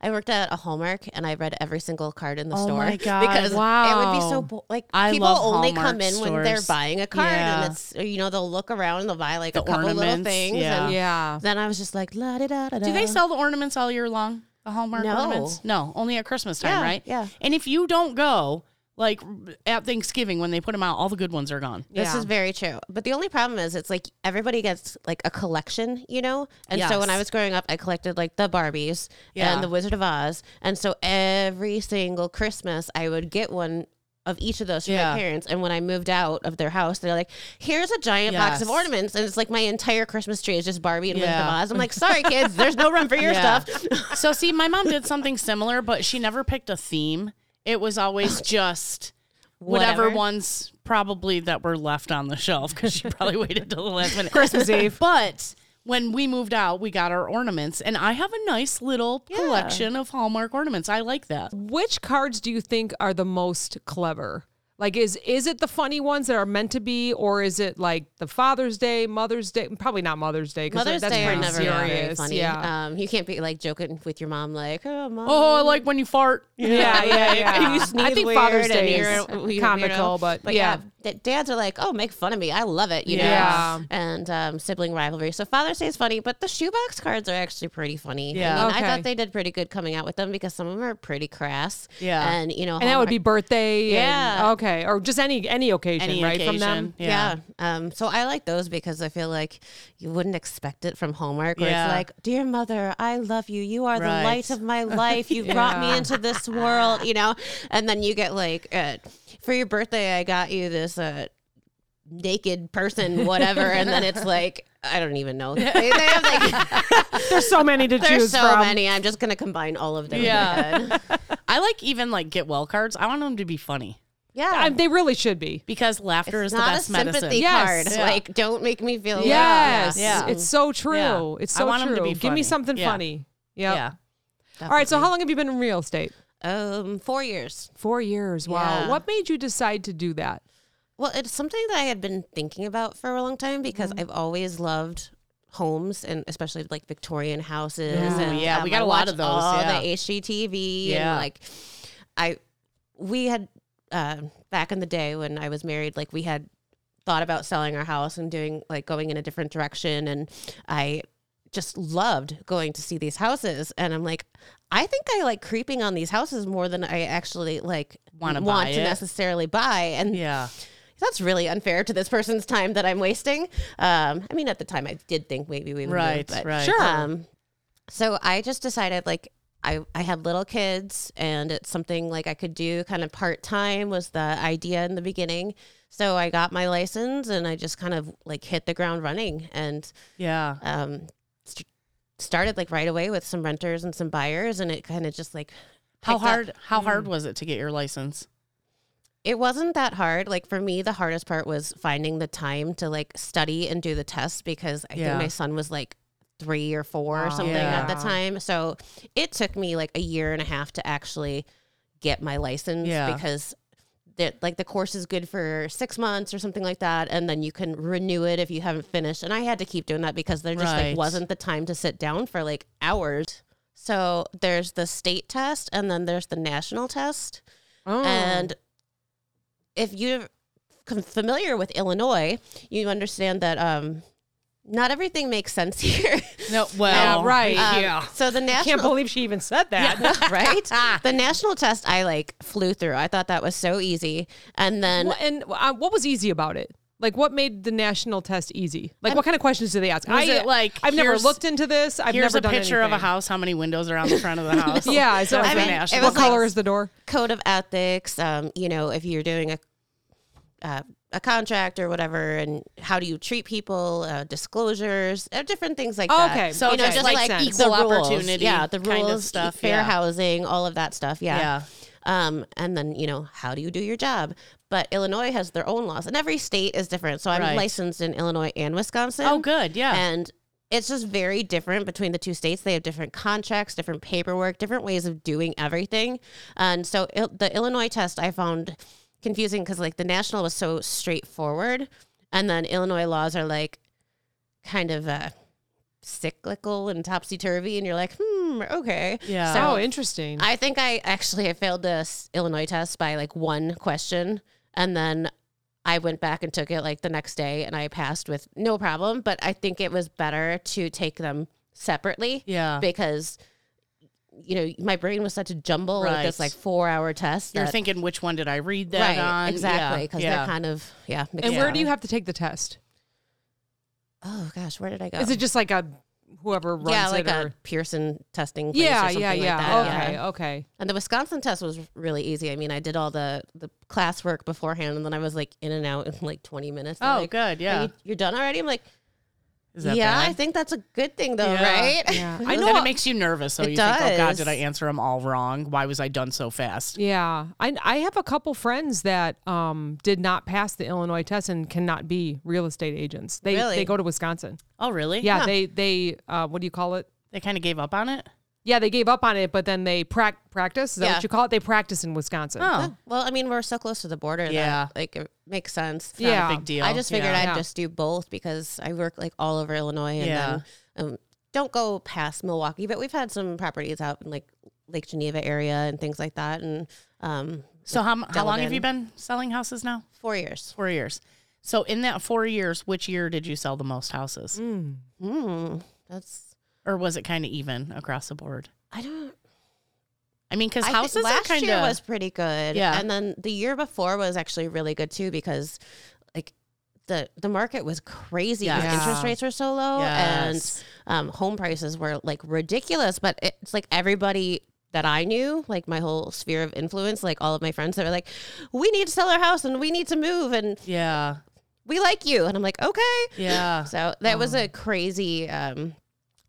Speaker 3: I worked at a Hallmark and I read every single card in the
Speaker 2: Oh
Speaker 3: store.
Speaker 2: my God,
Speaker 3: Because it would be
Speaker 2: wow.
Speaker 3: so bo- like
Speaker 2: I
Speaker 3: people
Speaker 2: love
Speaker 3: only
Speaker 2: Hallmark
Speaker 3: come in when they're
Speaker 2: stores.
Speaker 3: buying a card
Speaker 2: Yeah.
Speaker 3: and it's you know they'll look around and they'll buy like
Speaker 2: The
Speaker 3: a couple little
Speaker 2: ornaments,
Speaker 3: things.
Speaker 2: yeah.
Speaker 3: And
Speaker 4: Yeah.
Speaker 3: Then I was just like la da da da.
Speaker 2: Do they sell the ornaments all year long? The Hallmark
Speaker 3: No.
Speaker 2: ornaments? No, only at Christmas time,
Speaker 3: Yeah,
Speaker 2: right?
Speaker 3: yeah.
Speaker 2: And if you don't go, like at Thanksgiving when they put them out, all the good ones are gone.
Speaker 3: This
Speaker 4: Yeah.
Speaker 3: is very true. But the only problem is it's like everybody gets like a collection, you know? And so when
Speaker 2: Yes.
Speaker 3: I was growing up, I collected like the Barbies
Speaker 2: Yeah.
Speaker 3: and the Wizard of Oz. And so every single Christmas, I would get one of each of those from
Speaker 2: Yeah.
Speaker 3: my parents. And when I moved out of their house, they're like, here's a giant box of
Speaker 2: Yes.
Speaker 3: ornaments. And it's like my entire Christmas tree is just Barbie and Wizard of
Speaker 2: Yeah.
Speaker 3: Oz. I'm like, sorry, kids, there's no room for your
Speaker 2: Yeah.
Speaker 3: stuff.
Speaker 2: so see, my mom did something similar, but she never picked a theme. It was always just whatever,
Speaker 3: Whatever.
Speaker 2: ones probably that were left on the shelf because she probably waited till the last minute.
Speaker 4: Christmas Eve.
Speaker 2: But when we moved out, we got our ornaments, and I have a nice little collection of Hallmark ornaments. I like that.
Speaker 4: Which cards do you think are the most clever? Like is is it the funny ones that are meant to be, or is it like the Father's Day, Mother's Day? Probably not Mother's Day because
Speaker 3: Mother's
Speaker 4: that's
Speaker 3: Day are
Speaker 4: pretty
Speaker 3: never very
Speaker 4: serious.
Speaker 3: funny.
Speaker 4: Yeah.
Speaker 3: Um, you can't be like joking with your mom, like, oh, mom.
Speaker 2: Oh, I like when you fart.
Speaker 4: yeah, yeah, yeah.
Speaker 3: you sneeze
Speaker 4: I think
Speaker 3: weird
Speaker 4: Father's
Speaker 3: and
Speaker 4: Day
Speaker 3: you're
Speaker 4: is
Speaker 3: a weird
Speaker 4: comical,
Speaker 3: weirdo.
Speaker 4: but, yeah.
Speaker 3: d- dads are like, oh, make fun of me, I love it, you
Speaker 4: Yeah.
Speaker 3: know. And um, sibling rivalry. So Father's Day is funny, but the shoebox cards are actually pretty funny. I
Speaker 2: Yeah.
Speaker 3: mean, I
Speaker 4: Okay.
Speaker 3: thought they did pretty good coming out with them because some of them are pretty crass.
Speaker 2: Yeah.
Speaker 3: and you know,
Speaker 4: And that would be
Speaker 3: Hallmark-
Speaker 4: birthday. and-
Speaker 3: Yeah.
Speaker 4: okay. Or just any any occasion,
Speaker 2: Any
Speaker 4: right? From
Speaker 2: occasion.
Speaker 4: them.
Speaker 2: Yeah.
Speaker 3: yeah. Um, so I like those because I feel like you wouldn't expect it from Hallmark, where
Speaker 2: Yeah.
Speaker 3: it's like, "Dear mother, I love you. You are
Speaker 2: Right.
Speaker 3: the light of my life. You brought me into this world," you know. And then you get like, uh, for your birthday, I got you this uh, naked person, whatever, and then it's like, I don't even know. They, they have like,
Speaker 4: There's so many to
Speaker 3: there's
Speaker 4: choose
Speaker 3: so
Speaker 4: from.
Speaker 3: many. I'm just gonna combine all of them.
Speaker 2: Yeah.
Speaker 3: Yeah, in my head.
Speaker 2: I like even like get well cards. I want them to be funny
Speaker 3: yeah.
Speaker 4: I- they really should be.
Speaker 2: because laughter is
Speaker 3: it's
Speaker 2: the
Speaker 3: not a
Speaker 2: best medicine.
Speaker 3: sympathy
Speaker 4: Yes.
Speaker 3: card.
Speaker 2: Yeah.
Speaker 3: Like, don't make me feel.
Speaker 4: Yes.
Speaker 2: Yeah.
Speaker 4: It's so true.
Speaker 2: Yeah.
Speaker 4: It's
Speaker 2: I
Speaker 4: so
Speaker 2: want 'em
Speaker 4: true.
Speaker 2: to be
Speaker 4: Give me
Speaker 2: funny.
Speaker 4: something
Speaker 2: Yeah.
Speaker 4: funny. Yep.
Speaker 2: Yeah.
Speaker 4: All right. So how long have you been in real estate?
Speaker 3: Um, four years.
Speaker 4: Four years. Wow.
Speaker 3: Yeah.
Speaker 4: What made you decide to do that?
Speaker 3: Well, it's something that I had been thinking about for a long time because I've always loved homes and especially like Victorian houses.
Speaker 4: Yeah.
Speaker 3: And,
Speaker 2: Oh,
Speaker 3: um,
Speaker 2: Yeah, we got
Speaker 3: I
Speaker 2: a lot
Speaker 3: watch
Speaker 2: of those,
Speaker 3: All
Speaker 2: yeah.
Speaker 3: the HGTV
Speaker 2: Yeah.
Speaker 3: and like. I we had uh, back in the day when I was married, like we had thought about selling our house and doing like going in a different direction, and I just loved going to see these houses, and I'm like, I think I like creeping on these houses more than I actually like
Speaker 2: Wanna
Speaker 3: want
Speaker 2: buy
Speaker 3: to
Speaker 2: it.
Speaker 3: necessarily buy, and
Speaker 2: Yeah.
Speaker 3: that's really unfair to this person's time that I'm wasting. Um, I mean, at the time, I did think maybe we would, move,
Speaker 2: Right,
Speaker 3: but-
Speaker 2: right.
Speaker 4: Sure.
Speaker 3: Um, so I just decided like I I had little kids, and it's something like I could do kind of part time was the idea in the beginning. So I got my license, and I just kind of like hit the ground running, and
Speaker 2: Yeah.
Speaker 3: um, st- started like right away with some renters and some buyers, and it kind of just like
Speaker 2: How
Speaker 3: picked up.
Speaker 2: hard how hard was it to get your license?
Speaker 3: it wasn't that hard. Like for me, the hardest part was finding the time to like study and do the test because I
Speaker 2: Yeah.
Speaker 3: think my son was like three or four or something at the
Speaker 4: Yeah.
Speaker 3: time. So it took me like a year and a half to actually get my license
Speaker 2: Yeah.
Speaker 3: because that like the course is good for six months or something like that, and then you can renew it if you haven't finished. And I had to keep doing that because there just
Speaker 2: Right.
Speaker 3: like wasn't the time to sit down for like hours. So there's the state test and then there's the national test.
Speaker 4: Oh.
Speaker 3: And if you're com- familiar with Illinois, you understand that um, not everything makes sense here.
Speaker 2: No, well,
Speaker 4: Yeah, right.
Speaker 3: Um,
Speaker 4: yeah.
Speaker 3: So the
Speaker 4: I can't
Speaker 3: national,
Speaker 4: believe she even said that.
Speaker 3: right? the national test, I like flew through. I thought that was so easy, and then.
Speaker 4: Wha- and uh, what was easy about it? Like, what made the national test easy? Like, what kind of questions do they ask?
Speaker 2: Was it like,
Speaker 4: I've never
Speaker 2: here's-
Speaker 4: looked into this. I've
Speaker 2: Here's
Speaker 4: never
Speaker 2: a
Speaker 4: done
Speaker 2: picture of a
Speaker 4: anything.
Speaker 2: house. How many windows are on the front of the house?
Speaker 4: Yeah, I
Speaker 2: so
Speaker 4: saw that.
Speaker 2: it's the
Speaker 4: I mean,
Speaker 3: it
Speaker 2: national.
Speaker 3: was
Speaker 4: What
Speaker 3: like-
Speaker 4: color is the door?
Speaker 3: code of ethics. Um, you know, if you're doing a uh, a contract or whatever, and how do you treat people? Uh, disclosures, uh, different things like
Speaker 4: Oh,
Speaker 3: that.
Speaker 4: okay.
Speaker 2: So
Speaker 3: you know,
Speaker 2: just
Speaker 3: just
Speaker 2: like
Speaker 3: like
Speaker 2: sense.
Speaker 3: the
Speaker 2: equal
Speaker 3: rules.
Speaker 2: opportunity
Speaker 3: yeah, the rules,
Speaker 2: kind of stuff,
Speaker 3: fair
Speaker 2: yeah.
Speaker 3: housing, all of that stuff. Yeah.
Speaker 2: Yeah.
Speaker 3: Um, and then you know how do you do your job? But Illinois has their own laws, and every state is different. So I'm
Speaker 2: Right.
Speaker 3: licensed in Illinois and Wisconsin.
Speaker 2: oh, good. Yeah.
Speaker 3: And it's just very different between the two states. They have different contracts, different paperwork, different ways of doing everything. And so il- the Illinois test I found confusing because like the national was so straightforward, and then Illinois laws are like kind of uh, cyclical and topsy turvy, and you're like, hmm, okay.
Speaker 2: yeah.
Speaker 4: oh, interesting.
Speaker 3: I think I actually I failed the s- Illinois test by like one question, and then I went back and took it like the next day, and I passed with no problem. But I think it was better to take them separately
Speaker 2: yeah.
Speaker 3: because you know my brain was such a jumble with this
Speaker 2: Right.
Speaker 3: like four hour test.
Speaker 2: You're
Speaker 3: that-
Speaker 2: thinking, which one did I read that
Speaker 3: right
Speaker 2: on?
Speaker 3: exactly
Speaker 2: Yeah,
Speaker 3: because
Speaker 2: yeah.
Speaker 3: they're kind of yeah. mixed
Speaker 4: and where
Speaker 3: up.
Speaker 4: do you have to take the test?
Speaker 3: Oh gosh, where did I go?
Speaker 4: Is it just like a whoever runs
Speaker 3: yeah, like
Speaker 4: it?
Speaker 3: a
Speaker 4: or,
Speaker 3: Pearson testing. place or
Speaker 4: yeah,
Speaker 3: something
Speaker 4: yeah,
Speaker 3: like
Speaker 4: yeah.
Speaker 3: that,
Speaker 4: okay, okay.
Speaker 3: And the Wisconsin test was really easy. I mean, I did all the the classwork beforehand, and then I was like in and out in like twenty minutes. They're
Speaker 2: Oh,
Speaker 3: like,
Speaker 2: good.
Speaker 3: "Are
Speaker 2: Yeah.
Speaker 3: you, you're done already. I'm like,
Speaker 2: Is that
Speaker 3: yeah, I
Speaker 2: bad?
Speaker 3: think that's a good thing though,
Speaker 2: Yeah.
Speaker 3: right?
Speaker 4: Yeah. I
Speaker 2: I know
Speaker 4: know
Speaker 2: it makes you nervous. So
Speaker 3: It
Speaker 2: you think, oh God,
Speaker 3: does.
Speaker 2: did I answer them all wrong? Why was I done so fast?
Speaker 4: Yeah, I I have a couple friends that um did not pass the Illinois test and cannot be real estate agents. They
Speaker 3: Really?
Speaker 4: they go to Wisconsin.
Speaker 2: Oh, really?
Speaker 4: Yeah, they they uh what do you call it?
Speaker 2: They kind of gave up on it.
Speaker 4: Yeah, they gave up on it, but then they prac practice. Is that
Speaker 3: Yeah.
Speaker 4: what you call it? They practice in Wisconsin.
Speaker 2: Oh,
Speaker 3: Well, I mean, we're so close to the border.
Speaker 2: Yeah.
Speaker 3: that, like it makes sense. Um,
Speaker 4: Yeah.
Speaker 2: not a big deal.
Speaker 3: I just figured
Speaker 2: yeah.
Speaker 3: I'd
Speaker 4: Yeah.
Speaker 3: just do both because I work like all over Illinois, and
Speaker 2: Yeah.
Speaker 3: then um, don't go past Milwaukee. But we've had some properties out in like Lake Geneva area and things like that, and um,
Speaker 2: So how m- how long have
Speaker 3: Delavan.
Speaker 2: you been selling houses now?
Speaker 3: four years.
Speaker 2: Four years. So in that four years, which year did you sell the most houses,
Speaker 3: Mm, that's
Speaker 2: or was it kind of even across the board?
Speaker 3: I don't.
Speaker 2: I mean, because
Speaker 3: I think
Speaker 2: houses are
Speaker 3: last
Speaker 2: kind
Speaker 3: year
Speaker 2: of
Speaker 3: was pretty good.
Speaker 2: Yeah.
Speaker 3: and then the year before was actually really good too because like the the market was crazy. because
Speaker 2: Yes.
Speaker 3: Interest rates were so low
Speaker 2: Yes.
Speaker 3: and um, home prices were like ridiculous. But it's like everybody that I knew, like my whole sphere of influence, like all of my friends that were like, we need to sell our house and we need to move and
Speaker 2: yeah,
Speaker 3: we like you. And I'm like, okay.
Speaker 2: yeah.
Speaker 3: So that was a crazy. Um,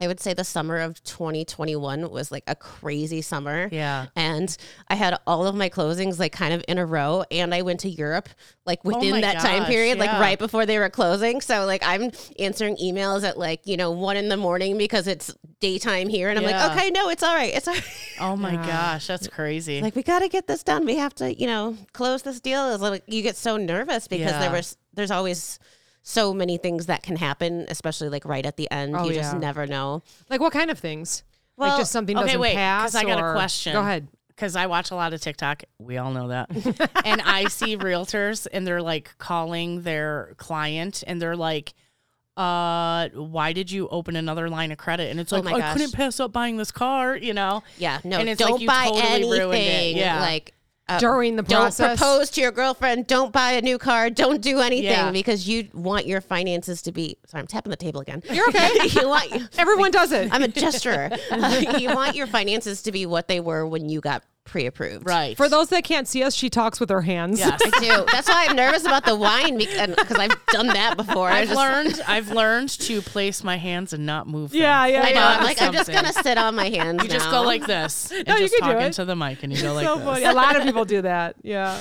Speaker 3: I would say the summer of 2021 was like a crazy summer.
Speaker 2: Yeah.
Speaker 3: And I had all of my closings like kind of in a row, and I went to Europe like within
Speaker 2: Oh my
Speaker 3: that time
Speaker 2: gosh,
Speaker 3: period,
Speaker 2: yeah.
Speaker 3: like right before they were closing. So like I'm answering emails at like you know one in the morning because it's daytime here, and I'm
Speaker 2: Yeah.
Speaker 3: like, okay, no, it's all right, it's all right.
Speaker 2: Oh my gosh, that's crazy.
Speaker 3: like we got to get this done. We have to you know close this deal. It's like you get so nervous because
Speaker 2: Yeah.
Speaker 3: there was there's always so many things that can happen, especially like right at the end.
Speaker 4: Oh,
Speaker 3: you just
Speaker 4: yeah.
Speaker 3: never know.
Speaker 4: Like what kind of things?
Speaker 3: Well,
Speaker 4: like just something
Speaker 2: okay,
Speaker 4: doesn't
Speaker 2: wait, 'cause
Speaker 4: pass.
Speaker 2: I got a
Speaker 4: or-
Speaker 2: question.
Speaker 4: Go ahead.
Speaker 2: because I watch a lot of TikTok. We all know that. and I see realtors and they're like calling their client and they're like, uh, why did you open another line of credit? And it's
Speaker 3: Oh
Speaker 2: like,
Speaker 3: my
Speaker 2: I
Speaker 3: gosh.
Speaker 2: couldn't pass up buying this car, you know?
Speaker 3: Yeah, no,
Speaker 2: And it's like
Speaker 3: don't
Speaker 2: you
Speaker 3: buy
Speaker 2: totally
Speaker 3: anything.
Speaker 2: ruined it. Yeah.
Speaker 3: Like uh,
Speaker 4: During the
Speaker 3: don't
Speaker 4: process.
Speaker 3: propose to your girlfriend. Don't buy a new car. Don't do anything
Speaker 2: Yeah.
Speaker 3: because you want your finances to be. Sorry, I'm tapping the table again.
Speaker 4: You're okay.
Speaker 3: you want.
Speaker 4: Everyone does it.
Speaker 3: I'm a gesturer. you want your finances to be what they were when you got pre-approved.
Speaker 2: Right.
Speaker 4: For those that can't see us, she talks with her hands.
Speaker 2: Yes.
Speaker 3: I do. That's why I'm nervous about the wine because I've done that before. I
Speaker 2: I've
Speaker 3: just-
Speaker 2: learned I've learned to place my hands and not move. them.
Speaker 4: Yeah, yeah.
Speaker 3: I know.
Speaker 4: yeah.
Speaker 3: I'm like, I'm just
Speaker 2: something.
Speaker 3: gonna sit on my hands.
Speaker 2: You just
Speaker 3: now.
Speaker 2: go like this and
Speaker 4: No, you
Speaker 2: just
Speaker 4: can do
Speaker 2: talk
Speaker 4: it.
Speaker 2: into the mic and you go like
Speaker 4: so
Speaker 2: this.
Speaker 4: funny. A lot of people do that. Yeah.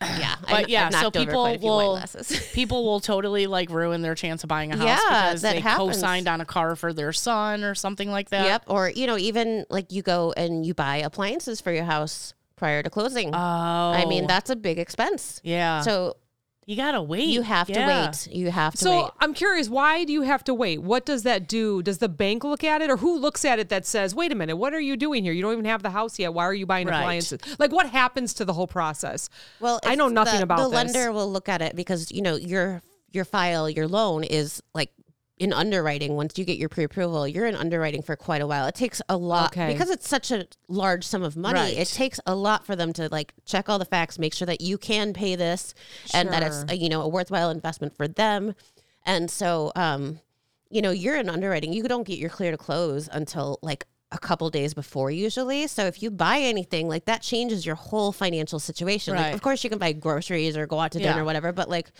Speaker 3: yeah. I-
Speaker 2: But
Speaker 3: I've
Speaker 2: yeah, so
Speaker 3: knocked over
Speaker 2: people
Speaker 3: quite a few wine
Speaker 2: will
Speaker 3: glasses.
Speaker 2: people will totally like ruin their chance of buying a house
Speaker 3: Yeah,
Speaker 2: because
Speaker 3: that
Speaker 2: they
Speaker 3: happens.
Speaker 2: co-signed on a car for their son or something like that.
Speaker 3: Yep. Or, you know, even like you go and you buy appliances for your house prior to closing.
Speaker 2: Oh,
Speaker 3: I mean, that's a big expense.
Speaker 2: yeah. So
Speaker 3: So
Speaker 2: you gotta wait.
Speaker 3: Uh, you have
Speaker 2: Yeah.
Speaker 3: to wait. You have to
Speaker 4: So
Speaker 3: wait.
Speaker 4: I'm curious, why do you have to wait? What does that do? Does the bank look at it or who looks at it that says, wait a minute, what are you doing here? You don't even have the house yet. Why are you buying
Speaker 2: Right.
Speaker 4: appliances? Like what happens to the whole process?
Speaker 3: Well,
Speaker 4: I
Speaker 3: it's
Speaker 4: know nothing
Speaker 3: the,
Speaker 4: about
Speaker 3: the
Speaker 4: this.
Speaker 3: lender will look at it because, you know, your your file, your loan is like in underwriting once you get your pre-approval you're in underwriting for quite a while it takes a lot
Speaker 4: Okay.
Speaker 3: because it's such a large sum of money
Speaker 2: Right.
Speaker 3: it takes a lot for them to like check all the facts make sure that you can pay this and that it's
Speaker 4: Sure.
Speaker 3: a, you know a worthwhile investment for them and so um you know you're in underwriting you don't get your clear to close until like a couple days before usually so if you buy anything like that changes your whole financial situation like
Speaker 2: Right.
Speaker 3: of course you can buy groceries or go out to
Speaker 2: Yeah.
Speaker 3: dinner or whatever but like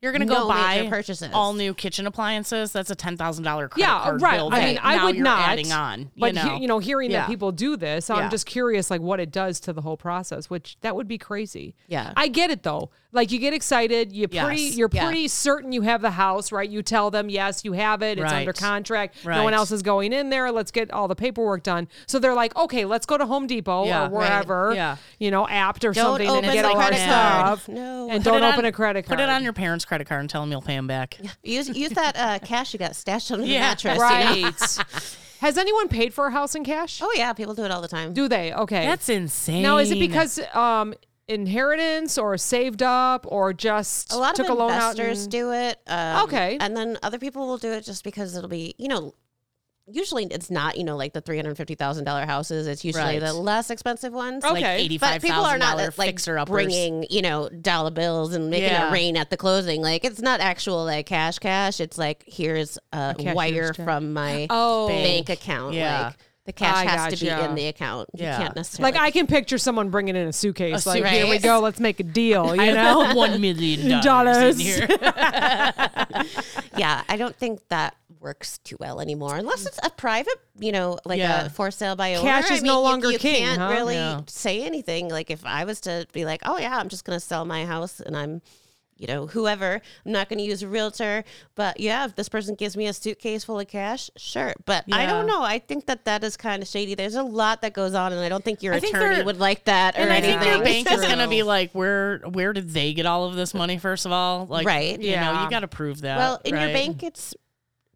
Speaker 2: You're gonna go
Speaker 3: No
Speaker 2: buy
Speaker 3: major purchases.
Speaker 2: all new kitchen appliances. That's a ten thousand dollar credit
Speaker 4: Yeah,
Speaker 2: card
Speaker 4: right.
Speaker 2: bill
Speaker 4: I
Speaker 2: that
Speaker 4: mean, I
Speaker 2: now
Speaker 4: would
Speaker 2: you're
Speaker 4: not.
Speaker 2: adding on. You
Speaker 4: but
Speaker 2: know,
Speaker 4: he- you know, hearing
Speaker 2: Yeah.
Speaker 4: that people do this, I'm
Speaker 2: Yeah.
Speaker 4: just curious, like what it does to the whole process. Which that would be crazy.
Speaker 3: Yeah.
Speaker 4: I get it though. Like you get excited, you pretty,
Speaker 2: Yes.
Speaker 4: you're
Speaker 3: Yeah.
Speaker 4: pretty certain you have the house, right? You tell them, yes, you have it. It's under
Speaker 2: Right.
Speaker 4: contract. No
Speaker 2: Right.
Speaker 4: one else is going in there. Let's get all the paperwork done. So they're like, okay, let's go to Home Depot
Speaker 2: Yeah,
Speaker 4: or
Speaker 2: right.
Speaker 4: wherever,
Speaker 2: Yeah.
Speaker 4: you know, apt or
Speaker 3: Don't
Speaker 4: something,
Speaker 3: open
Speaker 4: and get
Speaker 3: the
Speaker 4: all our
Speaker 3: credit card.
Speaker 4: stuff.
Speaker 3: No.
Speaker 4: and
Speaker 2: Put
Speaker 4: don't
Speaker 2: it on-
Speaker 4: open a credit card.
Speaker 2: Put it on your parents' credit card and tell them you'll pay them back.
Speaker 3: use use that uh, cash you got stashed under
Speaker 2: Yeah.
Speaker 3: the mattress you know?
Speaker 4: right. Has anyone paid for a house in cash?
Speaker 3: oh yeah people do it all the time
Speaker 4: Do they? Okay.
Speaker 2: That's insane.
Speaker 4: Now, is it because um, inheritance or saved up or just
Speaker 3: a lot
Speaker 4: took
Speaker 3: of
Speaker 4: a loan out?
Speaker 3: investors
Speaker 4: and-
Speaker 3: do it. Um,
Speaker 4: Okay.
Speaker 3: and then other people will do it just because it'll be you know. Usually, it's not you know like the three hundred fifty thousand dollar houses. It's usually
Speaker 2: Right.
Speaker 3: the less expensive ones.
Speaker 4: Okay.
Speaker 2: like eighty
Speaker 3: But
Speaker 2: five
Speaker 3: people are
Speaker 2: thousand
Speaker 3: not uh,
Speaker 2: dollar
Speaker 3: like
Speaker 2: fixer uppers?
Speaker 3: bringing you know dollar bills and making
Speaker 2: Yeah.
Speaker 3: it rain at the closing. Like it's not actual like cash cash. It's like here's a,
Speaker 4: cashier's
Speaker 3: wire
Speaker 4: check.
Speaker 3: from my
Speaker 4: Oh.
Speaker 3: bank account.
Speaker 2: Yeah.
Speaker 3: Like the cash
Speaker 4: I
Speaker 3: has to be
Speaker 4: gotcha.
Speaker 3: in the account.
Speaker 2: Yeah.
Speaker 3: You can't necessarily
Speaker 4: Like I can picture someone bringing in a suitcase.
Speaker 2: A
Speaker 4: like here we
Speaker 3: suitcase.
Speaker 4: go, let's make a deal.
Speaker 2: I
Speaker 4: You know,
Speaker 2: know Oh, one million dollars
Speaker 4: Dollars.
Speaker 2: in here.
Speaker 3: yeah, I don't think that works too well anymore, unless it's a private, you know, like
Speaker 2: Yeah.
Speaker 3: a for sale by owner.
Speaker 4: Cash
Speaker 3: I
Speaker 4: is no
Speaker 3: mean, you-
Speaker 4: longer
Speaker 3: you,
Speaker 4: king,
Speaker 3: Can't
Speaker 4: huh?
Speaker 3: really
Speaker 2: Yeah.
Speaker 3: say anything. Like if I was to be like, oh yeah, I'm just gonna sell my house and I'm. You know, whoever, I'm not going to use a realtor, but yeah, if this person gives me a suitcase full of cash, sure. But I don't
Speaker 2: Yeah.
Speaker 3: know. I think that that is kind of shady. There's a lot that goes on, and I don't think your
Speaker 2: I think
Speaker 3: attorney
Speaker 2: they're-
Speaker 3: would like that or
Speaker 2: And I
Speaker 3: anything.
Speaker 2: think your
Speaker 4: anything.
Speaker 2: bank is going to
Speaker 4: True.
Speaker 2: be like, where where did they get all of this money? First of all, like,
Speaker 3: Right.
Speaker 2: You know,
Speaker 4: Yeah.
Speaker 2: you got to prove that.
Speaker 3: Well, in
Speaker 2: right?
Speaker 3: your bank, it's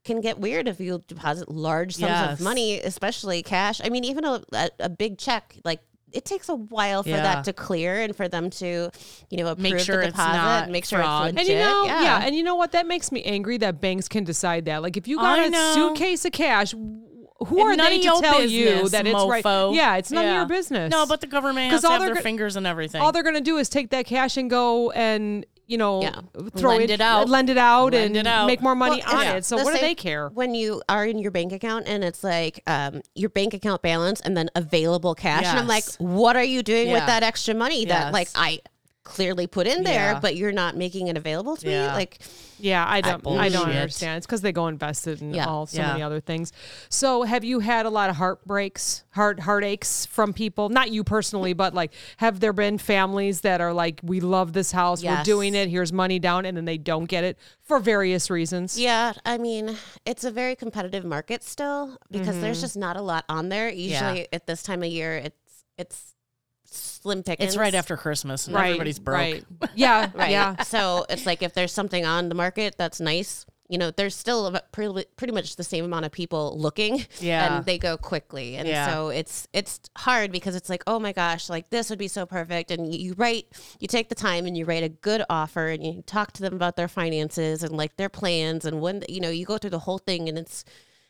Speaker 3: can get weird if you deposit large sums
Speaker 2: Yes.
Speaker 3: of money, especially cash. I mean, even a, a, a big check, like it takes a while for
Speaker 2: Yeah.
Speaker 3: that to clear and for them to, you know, approve
Speaker 2: Make sure
Speaker 3: the
Speaker 2: it's
Speaker 3: deposit,
Speaker 2: not
Speaker 3: and make sure
Speaker 2: fraud.
Speaker 3: it's
Speaker 4: and
Speaker 3: legit.
Speaker 4: you know, yeah.
Speaker 3: yeah.
Speaker 4: and you know what? That makes me angry that banks can decide that. Like if you
Speaker 2: I
Speaker 4: got
Speaker 2: know.
Speaker 4: a suitcase of cash, wh- who
Speaker 2: And
Speaker 4: are
Speaker 2: none
Speaker 4: they
Speaker 2: of
Speaker 4: to
Speaker 2: your
Speaker 4: tell you
Speaker 2: business,
Speaker 4: that it's right?
Speaker 2: mofo.
Speaker 4: Yeah, it's none of
Speaker 2: Yeah.
Speaker 4: your business.
Speaker 2: No, but the government
Speaker 4: 'Cause
Speaker 2: has to
Speaker 4: all
Speaker 2: have
Speaker 4: they're
Speaker 2: their
Speaker 4: go-
Speaker 2: fingers and everything.
Speaker 4: all they're going to do is take that cash and go and you know
Speaker 3: Yeah.
Speaker 4: throw
Speaker 2: Lend it out.
Speaker 4: lend it out, and
Speaker 2: Lend it out.
Speaker 4: make more money
Speaker 3: Well,
Speaker 4: on
Speaker 3: it's
Speaker 4: it. So
Speaker 3: the
Speaker 4: what do
Speaker 3: same
Speaker 4: they care?
Speaker 3: When you are in your bank account and it's like um, your bank account balance and then available cash, and I'm like,
Speaker 2: Yes.
Speaker 3: what are you doing
Speaker 2: Yeah.
Speaker 3: with that extra money that
Speaker 2: Yes.
Speaker 3: like I clearly put in there,
Speaker 2: Yeah.
Speaker 3: but you're not making it available to
Speaker 2: Yeah.
Speaker 3: me? Like,
Speaker 4: Yeah, I don't. I don't
Speaker 2: bullshit.
Speaker 4: understand. It's because they go invested in
Speaker 3: Yeah.
Speaker 4: all so
Speaker 2: Yeah.
Speaker 4: many other things. So, have you had a lot of heartbreaks, heart heartaches from people? Not you personally, but like, have there been families that are like, "We love this house. We're
Speaker 3: Yes.
Speaker 4: doing it. Here's money down," and then they don't get it for various reasons?
Speaker 3: Yeah, I mean, it's a very competitive market still because there's
Speaker 2: Mm-hmm.
Speaker 3: just not a lot on there. Usually at this time of year, it's it's slim pickings.
Speaker 2: it's right after Christmas and
Speaker 4: Right.
Speaker 2: everybody's broke.
Speaker 4: Right. Yeah.
Speaker 3: Right.
Speaker 4: Yeah.
Speaker 3: So it's like if there's something on the market that's nice, you know, there's still about pretty, pretty much the same amount of people looking.
Speaker 2: Yeah.
Speaker 3: And they go quickly. And
Speaker 2: Yeah.
Speaker 3: so it's it's hard because it's like, oh my gosh, like this would be so perfect. And you write you take the time and you write a good offer and you talk to them about their finances and like their plans and when you know, you go through the whole thing and it's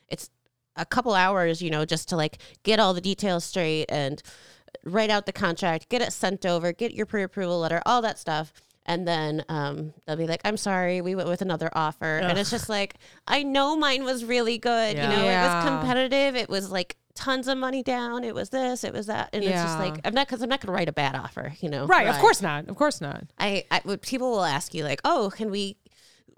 Speaker 3: it's a couple hours, you know, just to like get all the details straight and write out the contract, get it sent over, get your pre-approval letter, all that stuff. And then um, they'll be like, "I'm sorry, we went with another offer," and it's just like, I know mine was really good.
Speaker 2: Yeah.
Speaker 3: You know,
Speaker 4: Yeah.
Speaker 3: it was competitive. It was like tons of money down. It was this. It was that. And it's just
Speaker 4: Yeah.
Speaker 3: like, I'm not because I'm not gonna write a bad offer. You know,
Speaker 4: Right, of course not. Of course not.
Speaker 3: I, I well, people will ask you like, "Oh, can we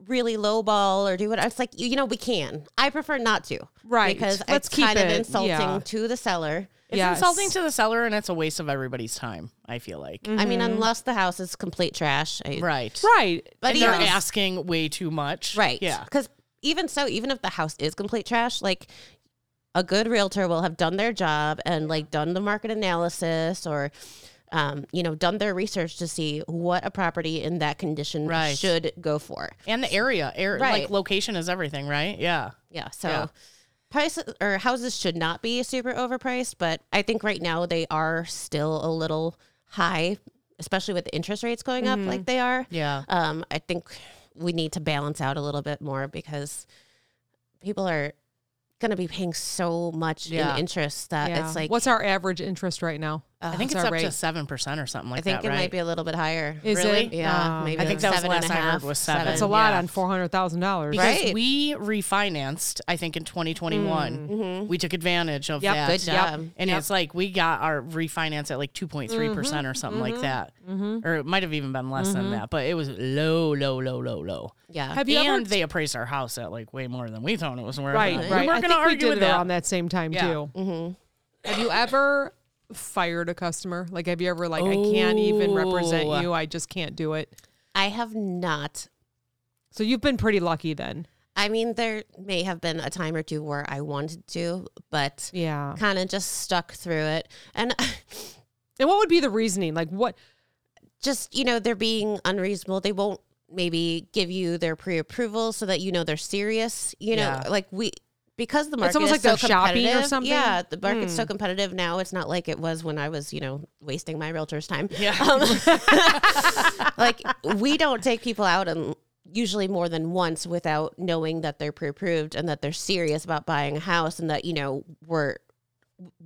Speaker 3: really lowball or do what?" It's like you, you know, we can. I prefer not to,
Speaker 4: Right.
Speaker 3: Because
Speaker 4: Let's
Speaker 3: it's
Speaker 4: keep
Speaker 3: kind of
Speaker 4: it.
Speaker 3: insulting
Speaker 4: Yeah.
Speaker 3: to the seller.
Speaker 2: It's
Speaker 4: Yes.
Speaker 2: insulting to the seller and it's a waste of everybody's time, I feel like.
Speaker 3: I mean, unless the house is complete trash, I,
Speaker 2: Right.
Speaker 4: Mm. Mm-hmm. Right.
Speaker 3: But
Speaker 2: And
Speaker 3: even
Speaker 2: they're asking way too much.
Speaker 3: right,
Speaker 2: Yeah.
Speaker 3: Because even so, even if the house is complete trash, like a good realtor will have done their job and like done the market analysis or. Um, you know, done their research to see what a property in that condition
Speaker 2: Right.
Speaker 3: should go for.
Speaker 2: And the area, air, like
Speaker 3: Right.
Speaker 2: location is everything, right? Yeah.
Speaker 3: Yeah. So
Speaker 2: Yeah.
Speaker 3: prices or houses should not be super overpriced, but I think right now they are still a little high, especially with the interest rates going up
Speaker 2: Mm-hmm.
Speaker 3: like they are.
Speaker 2: Yeah.
Speaker 3: Um, I think we need to balance out a little bit more because people are going to be paying so much
Speaker 2: Yeah.
Speaker 3: in interest that
Speaker 4: Yeah.
Speaker 3: it's like Uh,
Speaker 4: what's our average interest right now?
Speaker 2: I think
Speaker 4: What's
Speaker 2: it's
Speaker 4: our
Speaker 2: up to
Speaker 4: rate?
Speaker 2: 7% or something like
Speaker 3: I think
Speaker 2: that,
Speaker 3: it
Speaker 2: right?
Speaker 3: might be a little bit higher.
Speaker 4: Is
Speaker 2: Really?
Speaker 4: it?
Speaker 3: yeah,
Speaker 4: Um,
Speaker 3: maybe
Speaker 2: I think that was
Speaker 3: seven and
Speaker 2: last
Speaker 3: a
Speaker 2: I heard
Speaker 3: half,
Speaker 2: was seven.
Speaker 4: That's a lot
Speaker 2: Yeah.
Speaker 4: on four hundred thousand dollars.
Speaker 2: because
Speaker 3: Right.
Speaker 2: we refinanced, I think in 2021, we took advantage of
Speaker 4: Mm-hmm. Yep.
Speaker 2: that.
Speaker 3: Good
Speaker 4: Yep. Mm-hmm.
Speaker 3: job.
Speaker 2: And it's like we got our refinance at like 2.3% percent or something like that. Or it might have even been less than that, but it was low, low, low, low, low.
Speaker 3: Yeah.
Speaker 4: Have you
Speaker 2: and
Speaker 4: ever
Speaker 2: they appraised our house at like way more than we thought it was worth.
Speaker 4: Right,
Speaker 2: And
Speaker 4: right. I
Speaker 2: We weren't
Speaker 4: think
Speaker 2: going to
Speaker 4: we
Speaker 2: argue
Speaker 4: did
Speaker 2: with
Speaker 4: it
Speaker 2: that.
Speaker 4: around that same time
Speaker 2: Yeah.
Speaker 4: too.
Speaker 2: Mm-hmm.
Speaker 4: Have you ever fired a customer? Like, have you ever like, I can't even represent
Speaker 2: Oh.
Speaker 4: you. I just can't do it.
Speaker 3: I have not
Speaker 4: So you've been pretty lucky then.
Speaker 3: I mean, there may have been a time or two where I wanted to, but
Speaker 4: Yeah.
Speaker 3: kind of just stuck through it. And
Speaker 4: And what would be the reasoning? Like, what?
Speaker 3: just, you know, they're being unreasonable. They won't maybe give you their pre approval so that you know they're serious. You know,
Speaker 2: Yeah.
Speaker 3: like we, because the market
Speaker 4: almost
Speaker 3: is
Speaker 4: like
Speaker 3: so
Speaker 4: they're shopping or
Speaker 3: competitive-
Speaker 4: something? Hmm.
Speaker 3: Yeah, the market's so competitive now. It's not like it was when I was, you know, wasting my realtor's time. Um,
Speaker 2: Yeah.
Speaker 3: like we don't take people out and usually more than once without knowing that they're pre-approved and that they're serious about buying a house and that you know we're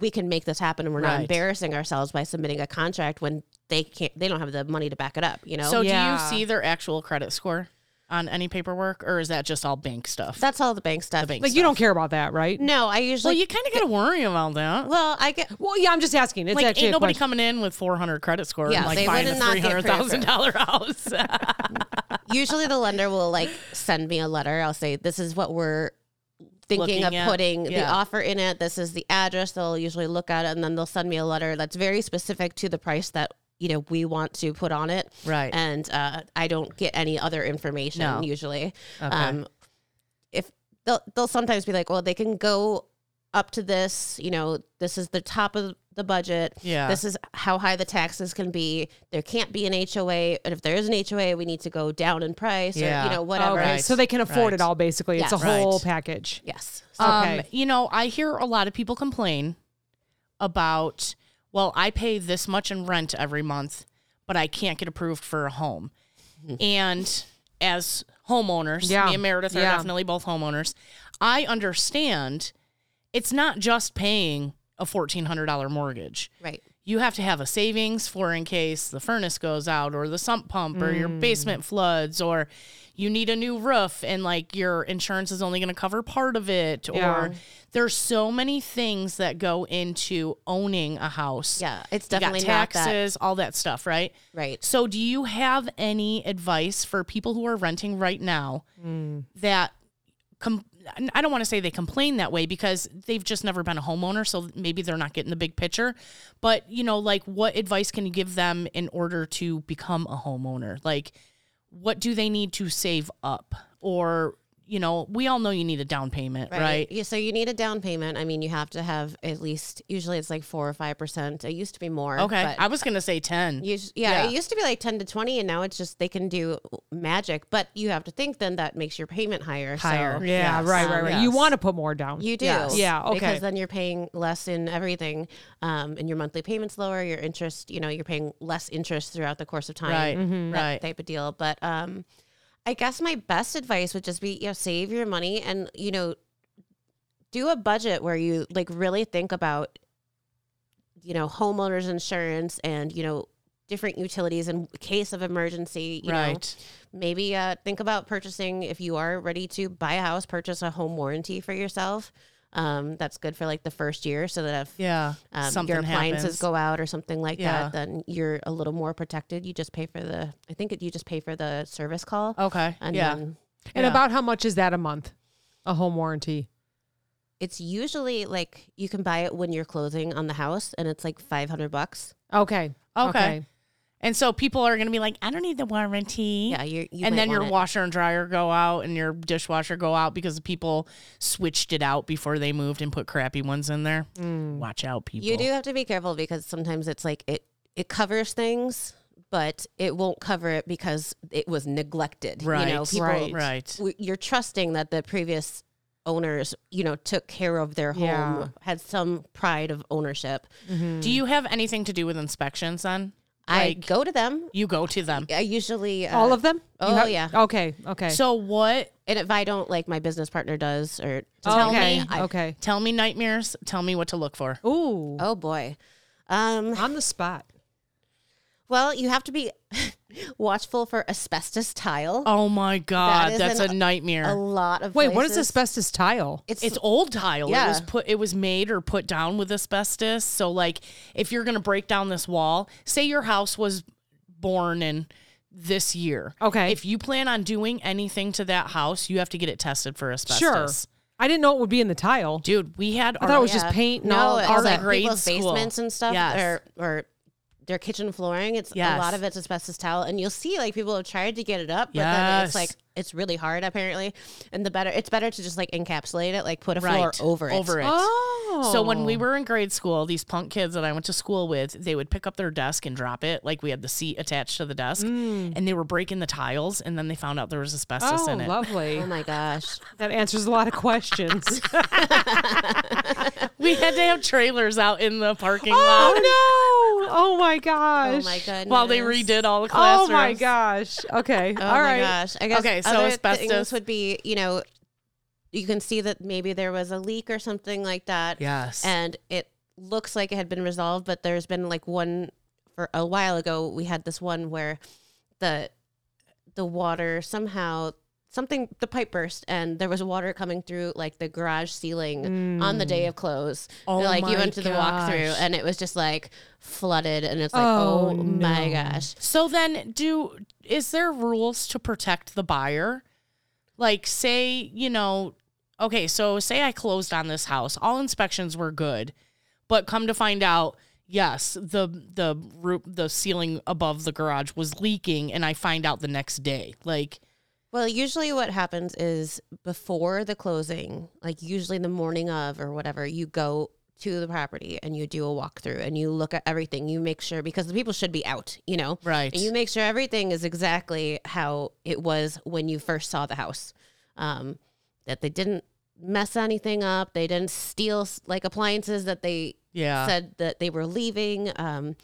Speaker 3: we can make this happen and we're
Speaker 2: Right.
Speaker 3: not embarrassing ourselves by submitting a contract when they can't they don't have the money to back it up you know
Speaker 2: so
Speaker 4: Yeah.
Speaker 2: do you see their actual credit score on any paperwork or is that just all bank stuff?
Speaker 3: that's all the bank stuff
Speaker 2: bank
Speaker 4: Like, you don't care about that, right?
Speaker 3: no i usually
Speaker 2: well, you kind of got to worry about that.
Speaker 3: well i get
Speaker 4: Well, yeah. I'm just asking. It's
Speaker 2: like
Speaker 4: actually a
Speaker 2: ain't nobody
Speaker 4: question.
Speaker 2: coming in with 400 credit score
Speaker 3: Yeah,
Speaker 2: and like
Speaker 3: they
Speaker 2: buying a
Speaker 3: would not
Speaker 2: three
Speaker 3: get
Speaker 2: hundred thousand dollar house.
Speaker 3: usually the lender will like send me a letter. I'll say, this is what we're thinking
Speaker 2: Looking
Speaker 3: of
Speaker 2: at,
Speaker 3: putting the
Speaker 2: yeah.
Speaker 3: offer in it. This is the address. They'll usually look at it and then they'll send me a letter that's very specific to the price that, you know, we want to put on it.
Speaker 2: Right.
Speaker 3: And uh, I don't get any other information
Speaker 2: No.
Speaker 3: usually. Um, if they'll, they'll sometimes be like, well, they can go up to this, you know, this is the top of the budget.
Speaker 2: Yeah.
Speaker 3: This is how high the taxes can be. There can't be an HOA. And if there is an HOA, we need to go down in price or,
Speaker 2: Yeah. Oh,
Speaker 3: you know, whatever.
Speaker 4: Okay,
Speaker 2: Right.
Speaker 4: so they can afford
Speaker 2: Right.
Speaker 4: it all. Basically, it's a
Speaker 3: Yes.
Speaker 4: whole
Speaker 2: Right.
Speaker 4: package.
Speaker 3: Yes.
Speaker 2: um,
Speaker 4: Okay.
Speaker 2: you know, I hear a lot of people complain about, well, I pay this much in rent every month, but I can't get approved for a home.
Speaker 3: Hmm.
Speaker 2: and as homeowners,
Speaker 4: Yeah.
Speaker 2: me and Meredith are
Speaker 4: Yeah.
Speaker 2: definitely both homeowners. I understand it's not just paying a fourteen hundred dollar mortgage.
Speaker 3: Right.
Speaker 2: you have to have a savings for in case the furnace goes out or the sump pump or your
Speaker 3: Mm.
Speaker 2: basement floods or you need a new roof and like your insurance is only going to cover part of it
Speaker 4: Yeah.
Speaker 2: or there's so many things that go into owning a house.
Speaker 3: Yeah. It's
Speaker 2: You
Speaker 3: definitely
Speaker 2: got
Speaker 3: not that.
Speaker 2: taxes, all that stuff, right?
Speaker 3: Right.
Speaker 2: So do you have any advice for people who are renting right now that com- I don't want to say they complain that way because they've just never been a homeowner, so maybe they're not getting the big picture. But you know, like, what advice can you give them in order to become a homeowner? Like, what do they need to save up, or you know, we all know you need a down payment, right?
Speaker 3: Yeah, so you need a down payment. I mean, you have to have at least usually it's like four or five percent. It used to be more.
Speaker 2: Okay.
Speaker 3: but
Speaker 2: I was going to say 10.
Speaker 3: us- yeah,
Speaker 2: yeah.
Speaker 3: it used to be like ten to twenty, and now it's just they can do magic. But you have to think then that makes your payment higher.
Speaker 2: Higher.
Speaker 3: So.
Speaker 4: Yeah,
Speaker 2: Yes.
Speaker 4: right, right, right. You
Speaker 2: Yes.
Speaker 4: want to put more down.
Speaker 3: You do.
Speaker 2: Yes.
Speaker 4: Yeah, okay.
Speaker 3: Because then you're paying less in everything, um, and your monthly payments lower. Your interest, you know, you're paying less interest throughout the course of time.
Speaker 2: Right.
Speaker 3: Mm-hmm.
Speaker 2: Right.
Speaker 3: type of deal. But um, I guess my best advice would just be, you know, save your money and you know, do a budget where you like really think about, you know, homeowners insurance and you know different utilities in case of emergency. You Know,
Speaker 2: right.
Speaker 3: maybe uh, think about purchasing if you are ready to buy a house, purchase a home warranty for yourself. Um, that's good for like the first year, so that if
Speaker 2: Yeah.
Speaker 3: um,
Speaker 2: Something
Speaker 3: your appliances
Speaker 2: happens.
Speaker 3: go out or something like
Speaker 2: Yeah.
Speaker 3: that, then you're a little more protected. You just pay for the, I think it, you just pay for the service call.
Speaker 2: Okay.
Speaker 3: And
Speaker 2: Oh, yeah.
Speaker 3: then
Speaker 4: And
Speaker 2: Yeah.
Speaker 4: about how much is that a month? A home warranty.
Speaker 3: it's usually like you can buy it when you're closing on the house and it's like 500 bucks.
Speaker 4: Okay.
Speaker 2: Okay. And so people are going to be like, I don't need the warranty.
Speaker 3: Yeah. You're, you
Speaker 2: Mm-hmm. and
Speaker 3: might
Speaker 2: then your
Speaker 3: want it.
Speaker 2: washer and dryer go out and your dishwasher go out because people switched it out before they moved and put crappy ones in there. Watch out, people.
Speaker 3: Mm. You do have to be careful because sometimes it's like it, it covers things, but it won't cover it because it was neglected.
Speaker 2: Right.
Speaker 3: You know, people,
Speaker 2: right. Right.
Speaker 3: w- you're trusting that the previous owners, you know, took care of their home,
Speaker 4: Yeah.
Speaker 3: had some pride of ownership. Mm.
Speaker 2: Do you have anything to do with inspections then?
Speaker 3: I
Speaker 2: Like-
Speaker 3: go to them.
Speaker 2: You go to them.
Speaker 3: I usually uh,
Speaker 4: All of them? You
Speaker 3: oh, yeah.
Speaker 4: Okay. Okay.
Speaker 2: So what?
Speaker 3: and if I don't like my business partner does or
Speaker 2: tell
Speaker 4: Oh, okay.
Speaker 2: me- I-
Speaker 4: okay.
Speaker 2: Tell me nightmares. Tell me what to look for.
Speaker 4: Ooh.
Speaker 3: oh boy. Um
Speaker 4: On the spot.
Speaker 3: well, you have to be watchful for asbestos tile.
Speaker 2: Oh my god,
Speaker 3: That is
Speaker 2: that's
Speaker 3: an-
Speaker 2: a nightmare.
Speaker 3: A lot of
Speaker 4: Oh, Wait, what is
Speaker 3: places-
Speaker 4: asbestos tile?
Speaker 3: It's,
Speaker 2: it's old tile. It was
Speaker 3: Yeah.
Speaker 2: put it was made or put down with asbestos. So like if you're going to break down this wall, say your house was born in this year.
Speaker 4: Okay.
Speaker 2: If you plan on doing anything to that house, you have to get it tested for asbestos.
Speaker 4: I didn't know it would be in the tile.
Speaker 2: Dude, we had
Speaker 4: I
Speaker 2: our
Speaker 4: thought it was just paint and all.
Speaker 3: no,
Speaker 4: all
Speaker 3: it's
Speaker 2: that
Speaker 3: like
Speaker 2: grade
Speaker 3: people's
Speaker 2: school.
Speaker 3: basements and stuff
Speaker 2: Yes.
Speaker 3: or or their kitchen flooring. It's
Speaker 2: Yes.
Speaker 3: a lot of it's asbestos tile, and you'll see like people have tried to get it up, but then
Speaker 2: Yes.
Speaker 3: it's like it's really hard apparently. And the better, it's better to just like encapsulate it, like put a floor over it.
Speaker 2: Over it.
Speaker 4: Oh.
Speaker 2: So when we were in grade school, these punk kids that I went to school with, they would pick up their desk and drop it. Like we had the seat attached to the desk, and they were breaking the tiles, and then they found out there was asbestos
Speaker 4: Mm. Oh,
Speaker 2: in it.
Speaker 4: lovely.
Speaker 3: Oh my gosh.
Speaker 4: that answers a lot of questions.
Speaker 2: We had to have trailers out in the parking
Speaker 4: oh
Speaker 2: lot
Speaker 4: no. Oh my gosh.
Speaker 3: Oh my goodness.
Speaker 2: while they redid all the
Speaker 4: Oh
Speaker 2: classrooms.
Speaker 4: my gosh. Okay.
Speaker 3: Oh
Speaker 4: all
Speaker 3: my
Speaker 4: right.
Speaker 3: gosh. I guess
Speaker 2: Okay, so
Speaker 3: other
Speaker 2: asbestos.
Speaker 3: things would be, you know, you can see that maybe there was a leak or something like that.
Speaker 2: Yes.
Speaker 3: And it looks like it had been resolved, but there's been like one for a while ago we had this one where the the water somehow something the pipe burst and there was water coming through like the garage ceiling on the day of close.
Speaker 2: Oh
Speaker 3: like you
Speaker 2: my
Speaker 3: went to the walkthrough
Speaker 2: gosh.
Speaker 3: and it was just like flooded and it's like,
Speaker 4: Oh,
Speaker 3: oh, my
Speaker 4: no.
Speaker 3: gosh.
Speaker 2: So then, do is there rules to protect the buyer? Like, say you know, okay, so say I closed on this house, all inspections were good, but come to find out, yes, the the roof, the ceiling above the garage was leaking, and I find out the next day, like,
Speaker 3: Well, usually what happens is before the closing, like usually the morning of or whatever, you go to the property and you do a walkthrough and you look at everything. You make sure because the people should be out, you know.
Speaker 2: right,
Speaker 3: And you make sure everything is exactly how it was when you first saw the house. Um, that they didn't mess anything up. They didn't steal s- like appliances that they
Speaker 2: yeah,
Speaker 3: said that they were leaving. Um,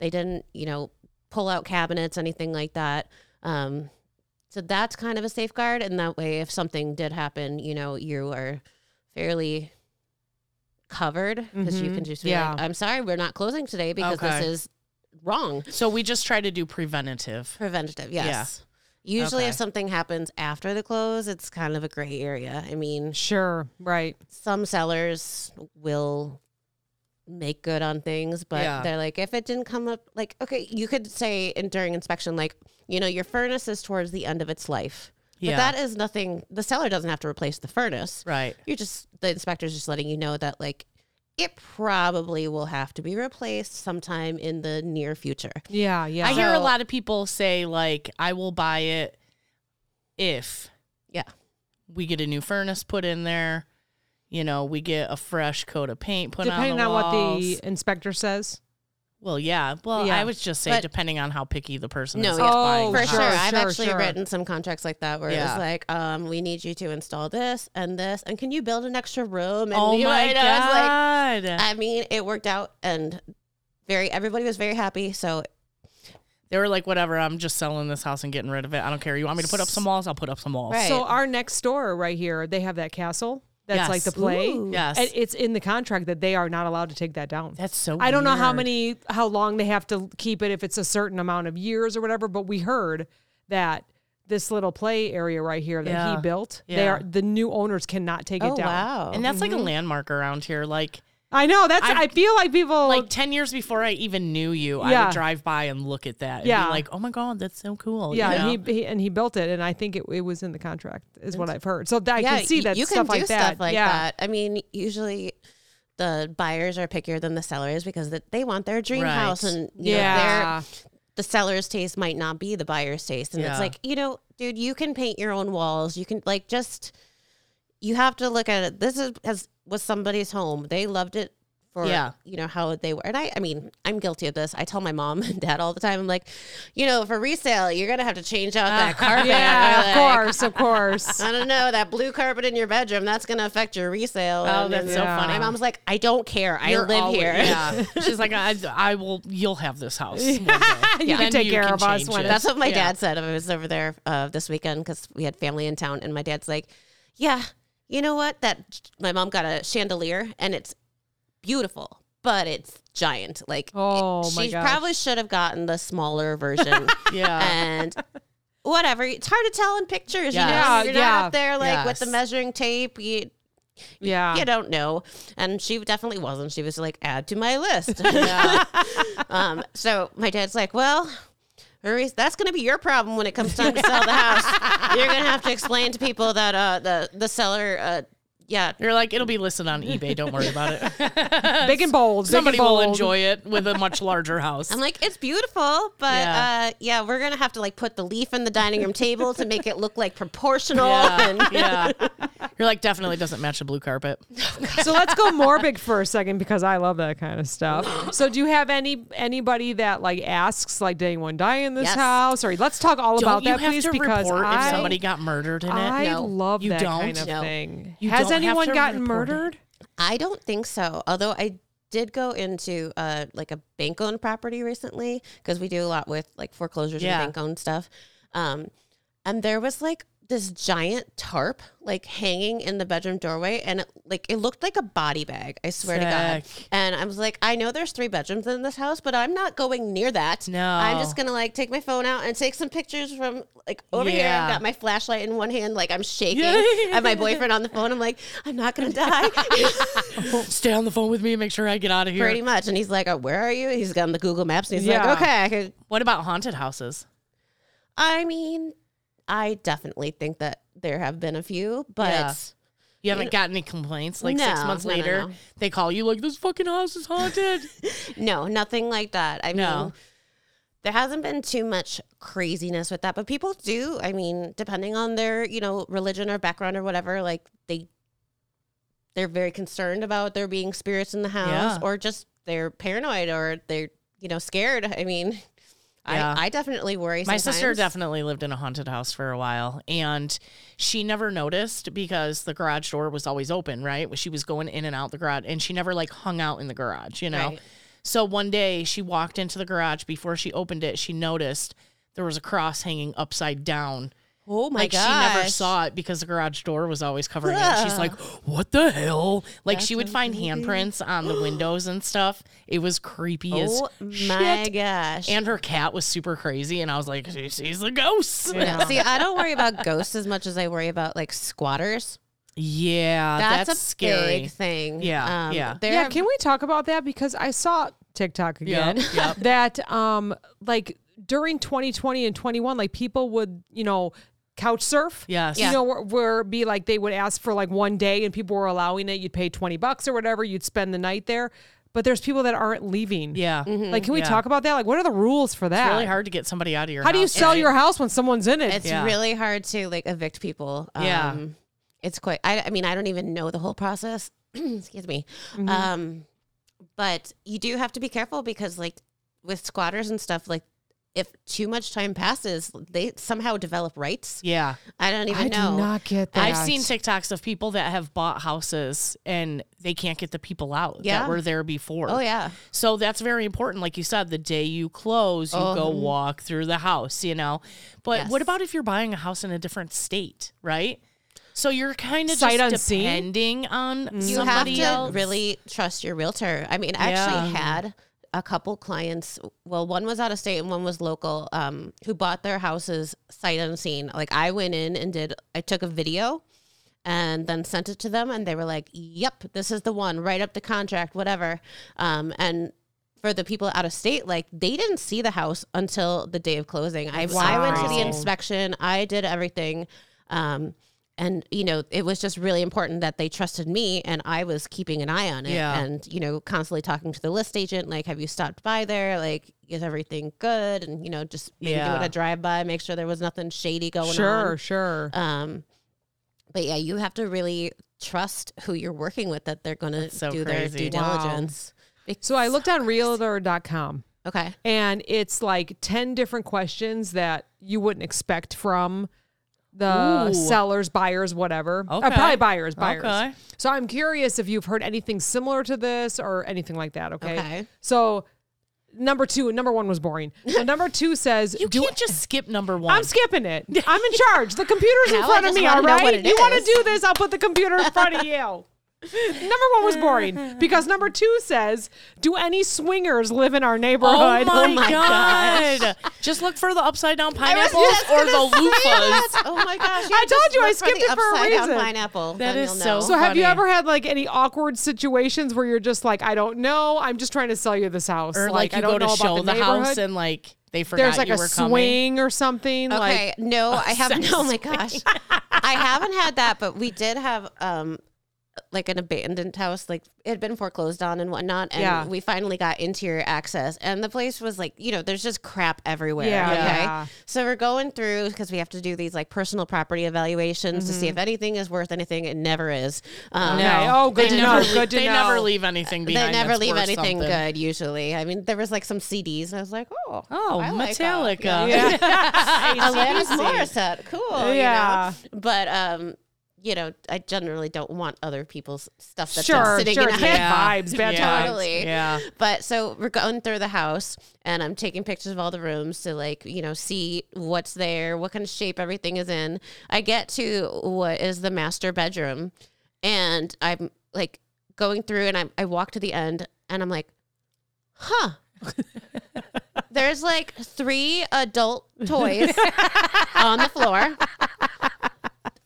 Speaker 3: they didn't, you know, pull out cabinets, anything like that. Um, so that's kind of a safeguard. And that way, if something did happen, you know, you are fairly covered because you
Speaker 4: Mhm.
Speaker 3: can just be
Speaker 4: Yeah.
Speaker 3: like, I'm sorry, we're not closing today because
Speaker 2: Mm-hmm. Okay.
Speaker 3: this is wrong.
Speaker 2: so we just try to do preventative.
Speaker 3: Preventative, yes. Usually,
Speaker 2: Okay.
Speaker 3: if something happens after the close, it's kind of a gray area. I mean,
Speaker 4: Sure. Right.
Speaker 3: some sellers will make good on things, but
Speaker 2: Yeah.
Speaker 3: they're like, if it didn't come up, like, okay, you could say in, during inspection, like, you know, your furnace is towards the end of its life.
Speaker 2: Yeah.
Speaker 3: But that is nothing, the seller doesn't have to replace the furnace.
Speaker 2: Right.
Speaker 3: You're just, the inspector's just letting you know that, like, it probably will have to be replaced sometime in the near future.
Speaker 4: Yeah. Yeah.
Speaker 2: I hear a
Speaker 3: So-
Speaker 2: lot of people say like, I will buy it if
Speaker 3: Yeah.
Speaker 2: we get a new furnace put in there. You know, we get a fresh coat of paint put
Speaker 4: Depending
Speaker 2: on
Speaker 4: on
Speaker 2: the
Speaker 4: what
Speaker 2: walls.
Speaker 4: the inspector says.
Speaker 2: well, yeah. Well,
Speaker 4: Yeah.
Speaker 2: I would just say
Speaker 3: But-
Speaker 2: depending on how picky the person
Speaker 3: No,
Speaker 2: is.
Speaker 3: yeah.
Speaker 2: that's
Speaker 4: Oh,
Speaker 2: buying the
Speaker 3: For
Speaker 4: Sure,
Speaker 2: house.
Speaker 3: sure. I've
Speaker 4: sure,
Speaker 3: actually
Speaker 4: sure.
Speaker 3: written some contracts like that where
Speaker 2: Yeah.
Speaker 3: it's like, um, we need you to install this and this. And can you build an extra room? And
Speaker 2: Oh
Speaker 3: you know,
Speaker 2: my
Speaker 3: and I was like,
Speaker 2: god!
Speaker 3: I mean, it worked out and very everybody was very happy. So
Speaker 2: they were like, "Whatever, I'm just selling this house and getting rid of it. I don't care. You want me to put up some walls? I'll put up some walls."
Speaker 3: Right.
Speaker 4: So our next door right here, they have that castle that's
Speaker 2: Yes.
Speaker 4: like the play.
Speaker 3: Ooh.
Speaker 2: Yes,
Speaker 4: And it's in the contract that they are not allowed to take that down.
Speaker 2: that's so.
Speaker 4: I don't know how
Speaker 2: weird.
Speaker 4: many, how long they have to keep it if it's a certain amount of years or whatever. But we heard that this little play area right here that
Speaker 2: Yeah.
Speaker 4: he built, they
Speaker 2: Yeah.
Speaker 4: are the new owners cannot take
Speaker 3: oh Mm-hmm.
Speaker 4: it down.
Speaker 3: wow.
Speaker 2: and that's like a landmark around here. Like,
Speaker 4: I know that's.
Speaker 2: I've-
Speaker 4: I feel like people
Speaker 2: like ten years before I even knew you, I
Speaker 4: Yeah.
Speaker 2: would drive by and look at that. And
Speaker 4: Yeah.
Speaker 2: be like, oh my god, that's so cool. you
Speaker 4: Yeah,
Speaker 2: know?
Speaker 4: and he, he and he built it, and I think it, it was in the contract, is what I've heard. So that, I can see
Speaker 3: y-
Speaker 4: that
Speaker 3: you
Speaker 4: stuff
Speaker 3: can do
Speaker 4: like that.
Speaker 3: stuff like
Speaker 4: yeah.
Speaker 3: that. I mean, usually the buyers are pickier than the sellers because th- they want their dream
Speaker 2: Right.
Speaker 3: house, and you know,
Speaker 4: Yeah.
Speaker 3: their, the seller's taste might not be the buyer's taste, and
Speaker 2: Yeah.
Speaker 3: it's like you know, dude, you can paint your own walls. You can like just you have to look at it. This is as was somebody's home. They loved it. For,
Speaker 2: Yeah.
Speaker 3: you know how they were, and I, I mean, I'm guilty of this. I tell my mom and dad all the time. I'm like, you know, for resale, you're gonna have to change out that carpet.
Speaker 4: Yeah,
Speaker 3: Like,
Speaker 4: of course, of course.
Speaker 3: I don't know that blue carpet in your bedroom. That's gonna affect your resale.
Speaker 2: Oh,
Speaker 3: And
Speaker 2: that's
Speaker 3: then
Speaker 2: so
Speaker 4: Yeah.
Speaker 2: funny.
Speaker 3: My mom's like, I don't care. I
Speaker 2: You're
Speaker 3: live
Speaker 2: always-
Speaker 3: here.
Speaker 2: Yeah. She's like, I, I will. You'll have this house. one day.
Speaker 4: You
Speaker 2: Then
Speaker 4: can take
Speaker 2: you
Speaker 4: care
Speaker 2: can
Speaker 4: of us
Speaker 2: change
Speaker 4: when
Speaker 2: it.
Speaker 4: it's
Speaker 3: That's what my
Speaker 2: Yeah.
Speaker 3: dad said. I was over there uh, this weekend because we had family in town, and my dad's like, "Yeah, you know what? That my mom got a chandelier, and it's beautiful, but it's giant. Like,
Speaker 4: Oh,
Speaker 3: it,
Speaker 4: my
Speaker 3: she
Speaker 4: gosh.
Speaker 3: probably should have gotten the smaller version.
Speaker 2: Yeah.
Speaker 3: and whatever. It's hard to tell in pictures.
Speaker 2: Yes.
Speaker 4: Yeah,
Speaker 3: You know, you're
Speaker 4: yeah.
Speaker 3: not up there like with the
Speaker 2: Yes.
Speaker 3: measuring tape. You,
Speaker 4: yeah.
Speaker 3: you don't know. And she definitely wasn't. She was like, add to my list. um, so my dad's like, well, Maurice, that's going to be your problem when it comes time to sell the house. You're going to have to explain to people that uh, the, the seller, uh, yeah,
Speaker 2: You're like, it'll be listed on eBay. Don't worry about it.
Speaker 4: big and bold. big and
Speaker 2: Somebody will
Speaker 4: bold.
Speaker 2: enjoy it with a much larger house.
Speaker 3: I'm like, it's beautiful, but
Speaker 2: Yeah.
Speaker 3: uh, yeah, we're gonna have to like put the leaf in the dining room table to make it look like proportional. And
Speaker 2: yeah. You're like, definitely doesn't match the blue carpet.
Speaker 4: so let's go morbid for a second because I love that kind of stuff. So do you have any anybody that like asks like, did anyone die in this
Speaker 3: Yes.
Speaker 4: house? Or let's talk all
Speaker 2: Don't
Speaker 4: about
Speaker 2: you
Speaker 4: that,
Speaker 2: have
Speaker 4: please,
Speaker 2: to
Speaker 4: because
Speaker 2: report
Speaker 4: I,
Speaker 2: if somebody got murdered in
Speaker 4: I
Speaker 2: it?
Speaker 3: No.
Speaker 4: love
Speaker 2: You
Speaker 4: that
Speaker 2: don't?
Speaker 4: kind of
Speaker 3: No.
Speaker 4: thing.
Speaker 2: You
Speaker 4: Has
Speaker 2: don't have
Speaker 4: anyone
Speaker 2: to
Speaker 4: gotten
Speaker 2: report it.
Speaker 4: murdered?
Speaker 3: I don't think so. Although I did go into uh, like a bank owned property recently because we do a lot with like foreclosures
Speaker 2: Yeah.
Speaker 3: and bank owned stuff. Um, and there was like this giant tarp like hanging in the bedroom doorway and it, like it looked like a body bag i swear to god
Speaker 2: Sick.
Speaker 3: and i was like i know there's three bedrooms in this house but i'm not going near that
Speaker 2: No.
Speaker 3: i'm just gonna like take my phone out and take some pictures from like over here
Speaker 2: Yeah.
Speaker 3: i've got my flashlight in one hand like i'm shaking
Speaker 2: Yeah.
Speaker 3: i have my boyfriend on the phone i'm like i'm not gonna die
Speaker 2: Stay on the phone with me and make sure I get out of here.
Speaker 3: pretty much. And he's like, oh, "Where are you?" He's got on the Google Maps, and he's
Speaker 4: Yeah.
Speaker 3: like, "Okay, I could."
Speaker 2: What about haunted houses?
Speaker 3: I mean, I definitely think that there have been a few, but
Speaker 2: Yeah. You haven't got any complaints? Like six
Speaker 3: No,
Speaker 2: months
Speaker 3: no, no,
Speaker 2: later,
Speaker 3: no.
Speaker 2: they call you like, this fucking house is haunted.
Speaker 3: no, nothing like that. I
Speaker 2: No.
Speaker 3: mean, there hasn't been too much craziness with that, but people do. I mean, depending on their you know religion or background or whatever, like they they're very concerned about there being spirits in the
Speaker 2: Yeah.
Speaker 3: house, or just they're paranoid or they're you know scared. I mean.
Speaker 2: Yeah.
Speaker 3: I, I definitely worry.
Speaker 2: My sister
Speaker 3: sometimes.
Speaker 2: definitely lived in a haunted house for a while and she never noticed because the garage door was always open, right? She was going in and out the garage and she never like hung out in the garage, you know?
Speaker 3: Right.
Speaker 2: So one day she walked into the garage before she opened it, she noticed there was a cross hanging upside down.
Speaker 3: Oh my
Speaker 2: like
Speaker 3: gosh.
Speaker 2: she never saw it because the garage door was always covering it. She's like, "What the hell?" Like she would find handprints on the windows and stuff. It was creepy as
Speaker 3: Oh my gosh.
Speaker 2: and her cat was super crazy, and I was like, she sees the ghosts. Yeah,
Speaker 3: Yeah. See, I don't worry about ghosts as much as I worry about like squatters.
Speaker 2: that's,
Speaker 3: That's, a
Speaker 2: scary.
Speaker 3: big thing. Um,
Speaker 2: Yeah, yeah.
Speaker 3: There
Speaker 4: yeah, can we talk about that? Because I saw TikTok
Speaker 2: Yeah,
Speaker 4: again that um like during 2020 and 21, like people would, you know, couch surf.
Speaker 2: Yes.
Speaker 4: You
Speaker 2: Yeah.
Speaker 4: know, where, where it'd be like they would ask for like one day and people were allowing it. You'd pay 20 bucks or whatever. You'd spend the night there. But there's people that aren't leaving. Mm-hmm.
Speaker 2: Yeah,
Speaker 3: Mm-hmm.
Speaker 4: Like, can we
Speaker 2: Yeah.
Speaker 4: talk about that? Like, what are the rules for that?
Speaker 2: it's really hard to get somebody out of your.
Speaker 4: How do you
Speaker 2: house,
Speaker 4: sell
Speaker 2: right?
Speaker 4: your house when someone's in it?
Speaker 3: it's
Speaker 2: Yeah.
Speaker 3: really hard to like evict people. Um,
Speaker 2: Yeah.
Speaker 3: it's quite I, I mean i don't even know the whole process excuse me um but you do have to be careful because like with squatters and stuff like if too much time passes they somehow develop rights
Speaker 2: Yeah.
Speaker 3: i don't even
Speaker 4: I
Speaker 3: know
Speaker 4: do not get that.
Speaker 2: I've seen TikToks of people that have bought houses and they can't get the people out
Speaker 3: Yeah.
Speaker 2: that were there before.
Speaker 3: oh yeah
Speaker 2: So that's very important. Like you said, the day you close, you
Speaker 4: Uh-huh.
Speaker 2: go walk through the house, you know. But what
Speaker 3: Yes.
Speaker 2: about if you're buying a house in a different state, right? So you're kind of
Speaker 4: Sight
Speaker 2: just
Speaker 4: unseen?
Speaker 2: depending on
Speaker 3: you
Speaker 2: somebody
Speaker 3: have to
Speaker 2: else.
Speaker 3: really trust your realtor. I mean, I actually had a couple clients. Well, one was out of state and one was local, um, who bought their houses sight unseen. Like I went in and did, I took a video and then sent it to them, and they were like, "Yep, this is the one. Write up the contract, whatever." Um, and for the people out of state, like they didn't see the house until the day of closing. I, I went to the
Speaker 2: crazy.
Speaker 3: inspection. I did everything. Um, and you know, it was just really important that they trusted me and I was keeping an eye on it
Speaker 2: Yeah.
Speaker 3: and, you know, constantly talking to the list agent, like, have you stopped by there? Like, is everything good? And, you know, just maybe
Speaker 2: Yeah.
Speaker 3: doing a drive by, make sure there was nothing shady going on.
Speaker 4: Sure, sure.
Speaker 3: Um, but yeah, you have to really trust who you're working with that they're going to
Speaker 2: so
Speaker 3: do
Speaker 2: crazy.
Speaker 3: their due
Speaker 4: Wow.
Speaker 3: diligence.
Speaker 4: so I looked on realtor.com
Speaker 3: Okay.
Speaker 4: and it's like 10 different questions that you wouldn't expect from the
Speaker 2: Ooh.
Speaker 4: sellers, buyers, whatever. Uh,
Speaker 2: Okay.
Speaker 4: probably buyers, buyers.
Speaker 2: Okay.
Speaker 4: So I'm curious if you've heard anything similar to this or anything like that. Okay.
Speaker 3: Okay.
Speaker 4: So number two, number one was boring. So number two says,
Speaker 2: You
Speaker 4: do
Speaker 2: can't just skip number one.
Speaker 4: I'm skipping it. I'm in charge. The computer's in
Speaker 3: Now I
Speaker 4: front of
Speaker 3: just
Speaker 4: me, all
Speaker 3: wanna know
Speaker 4: right?
Speaker 3: what it
Speaker 4: You want to
Speaker 3: is.
Speaker 4: do this? I'll put the computer in front of you. Number one was boring because number two says, Do any swingers live in our
Speaker 2: Oh
Speaker 4: neighborhood?
Speaker 2: my,
Speaker 3: my
Speaker 2: god! Just look for the upside down pineapples
Speaker 3: just
Speaker 2: or the loofahs.
Speaker 3: Oh my gosh.
Speaker 4: I told you I
Speaker 3: Look for
Speaker 4: skipped it
Speaker 3: the
Speaker 4: for a
Speaker 3: upside down
Speaker 4: reason.
Speaker 3: Pineapple.
Speaker 2: That
Speaker 3: then
Speaker 2: is
Speaker 3: you'll
Speaker 2: so
Speaker 3: know.
Speaker 4: So, have you
Speaker 2: funny.
Speaker 4: ever had like any awkward situations where you're just like, I don't know, I'm just trying to sell you this house,
Speaker 2: Or like,
Speaker 4: I
Speaker 2: you
Speaker 4: don't
Speaker 2: go to
Speaker 4: know
Speaker 2: show
Speaker 4: about
Speaker 2: the, house
Speaker 4: neighborhood.
Speaker 2: and like they forgot
Speaker 4: there's like
Speaker 2: you
Speaker 4: a
Speaker 2: were
Speaker 4: swing or something.
Speaker 3: Okay,
Speaker 4: Like,
Speaker 3: no, I have
Speaker 2: sex
Speaker 3: no. Oh my gosh, I haven't had that, but we did have um, like an abandoned house, like it had been foreclosed on and whatnot, and
Speaker 4: Yeah.
Speaker 3: we finally got interior access, and the place was like, you know, there's just crap everywhere.
Speaker 4: Yeah.
Speaker 3: okay,
Speaker 4: Yeah.
Speaker 3: so we're going through because we have to do these like personal property evaluations to see if anything is worth anything. It never is. Um,
Speaker 4: Okay, oh, good
Speaker 2: They
Speaker 4: to
Speaker 2: never,
Speaker 4: know.
Speaker 2: le-
Speaker 4: Good to
Speaker 2: they
Speaker 4: know.
Speaker 2: never leave anything
Speaker 3: They
Speaker 2: behind.
Speaker 3: never
Speaker 2: that's
Speaker 3: leave
Speaker 2: worth
Speaker 3: anything
Speaker 2: something.
Speaker 3: good usually. I mean, there was like some CDs. I was like, oh,
Speaker 2: Oh,
Speaker 3: I like that.
Speaker 2: Metallica.
Speaker 3: Alanis Morissette,
Speaker 4: Yeah.
Speaker 3: cool. Yeah, but um, you know, I generally don't want other people's stuff that's
Speaker 4: Sure,
Speaker 3: sure, sitting
Speaker 4: sure,
Speaker 3: in a
Speaker 4: yeah.
Speaker 3: yeah.
Speaker 4: Bad vibes, bad
Speaker 2: yeah.
Speaker 3: Totally.
Speaker 2: Yeah.
Speaker 3: But so we're going through the house, and I'm taking pictures of all the rooms to like you know see what's there, what kind of shape everything is in. I get to what is the master bedroom, and I'm like going through, and I I walk to the end, and I'm like, huh. There's like three adult toys on the floor,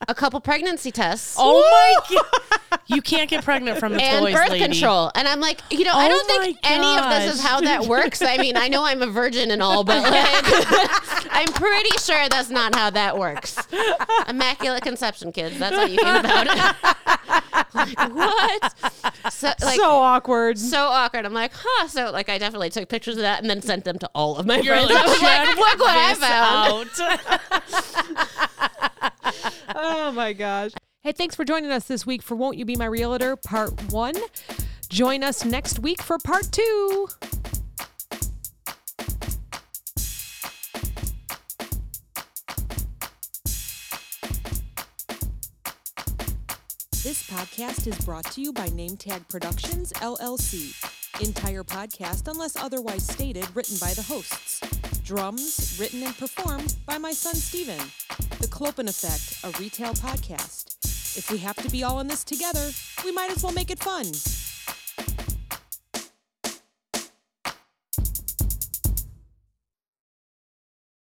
Speaker 3: a couple pregnancy tests,
Speaker 2: Oh my god! You can't get pregnant from the
Speaker 3: and
Speaker 2: toys,
Speaker 3: birth
Speaker 2: lady.
Speaker 3: control. And I'm like, you know, I
Speaker 2: Oh
Speaker 3: don't think
Speaker 2: my
Speaker 3: any of this is
Speaker 2: gosh.
Speaker 3: how that works. I mean, I know I'm a virgin and all, but like, I'm pretty sure that's not how that works. Immaculate conception, kids. That's all you came about. like, what? So,
Speaker 4: so
Speaker 3: like, so-
Speaker 4: awkward.
Speaker 3: awkward. I'm like, huh. So, like, I definitely took pictures of that and then sent them to all of my
Speaker 2: You're
Speaker 3: friends.
Speaker 2: like,
Speaker 3: I'm like,
Speaker 2: check
Speaker 3: look what I
Speaker 2: this
Speaker 3: found.
Speaker 2: out.
Speaker 4: oh my gosh. Hey, thanks for joining us this week for Won't You Be My Realtor Part 1. Join us next week for Part 2.
Speaker 1: This podcast is brought to you by NameTag Productions, LLC. Entire podcast, unless otherwise stated, written by the hosts. Drums, written and performed by my son Steven. The Clopen Effect, a retail podcast. If we have to be all in this together, we might as well make it fun.